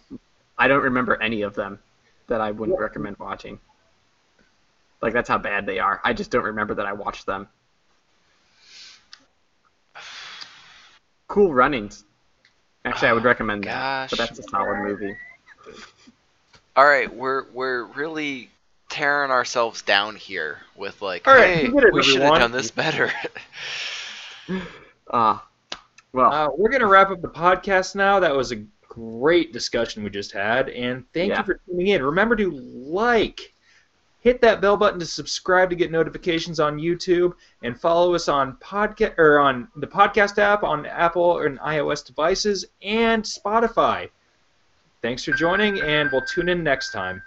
[SPEAKER 1] I don't remember any of them that I wouldn't recommend watching. Like that's how bad they are. I just don't remember that I watched them. Cool Runnings. Actually, I would
[SPEAKER 3] Oh,
[SPEAKER 1] recommend that,
[SPEAKER 3] gosh.
[SPEAKER 1] but that's a solid movie.
[SPEAKER 3] All right, we're we're really tearing ourselves down here with like,
[SPEAKER 2] All right,
[SPEAKER 3] hey,
[SPEAKER 2] you did it,
[SPEAKER 3] we should have
[SPEAKER 2] everyone.
[SPEAKER 3] done this better. *laughs*
[SPEAKER 1] Ah, well, Ah,
[SPEAKER 2] Uh, we're gonna wrap up the podcast now. That was a great discussion we just had, and thank
[SPEAKER 1] Yeah.
[SPEAKER 2] you for tuning in. Remember to like, hit that bell button to subscribe to get notifications on YouTube, and follow us on podcast or on the podcast app on Apple and iOS devices and Spotify. Thanks for joining, and we'll tune in next time.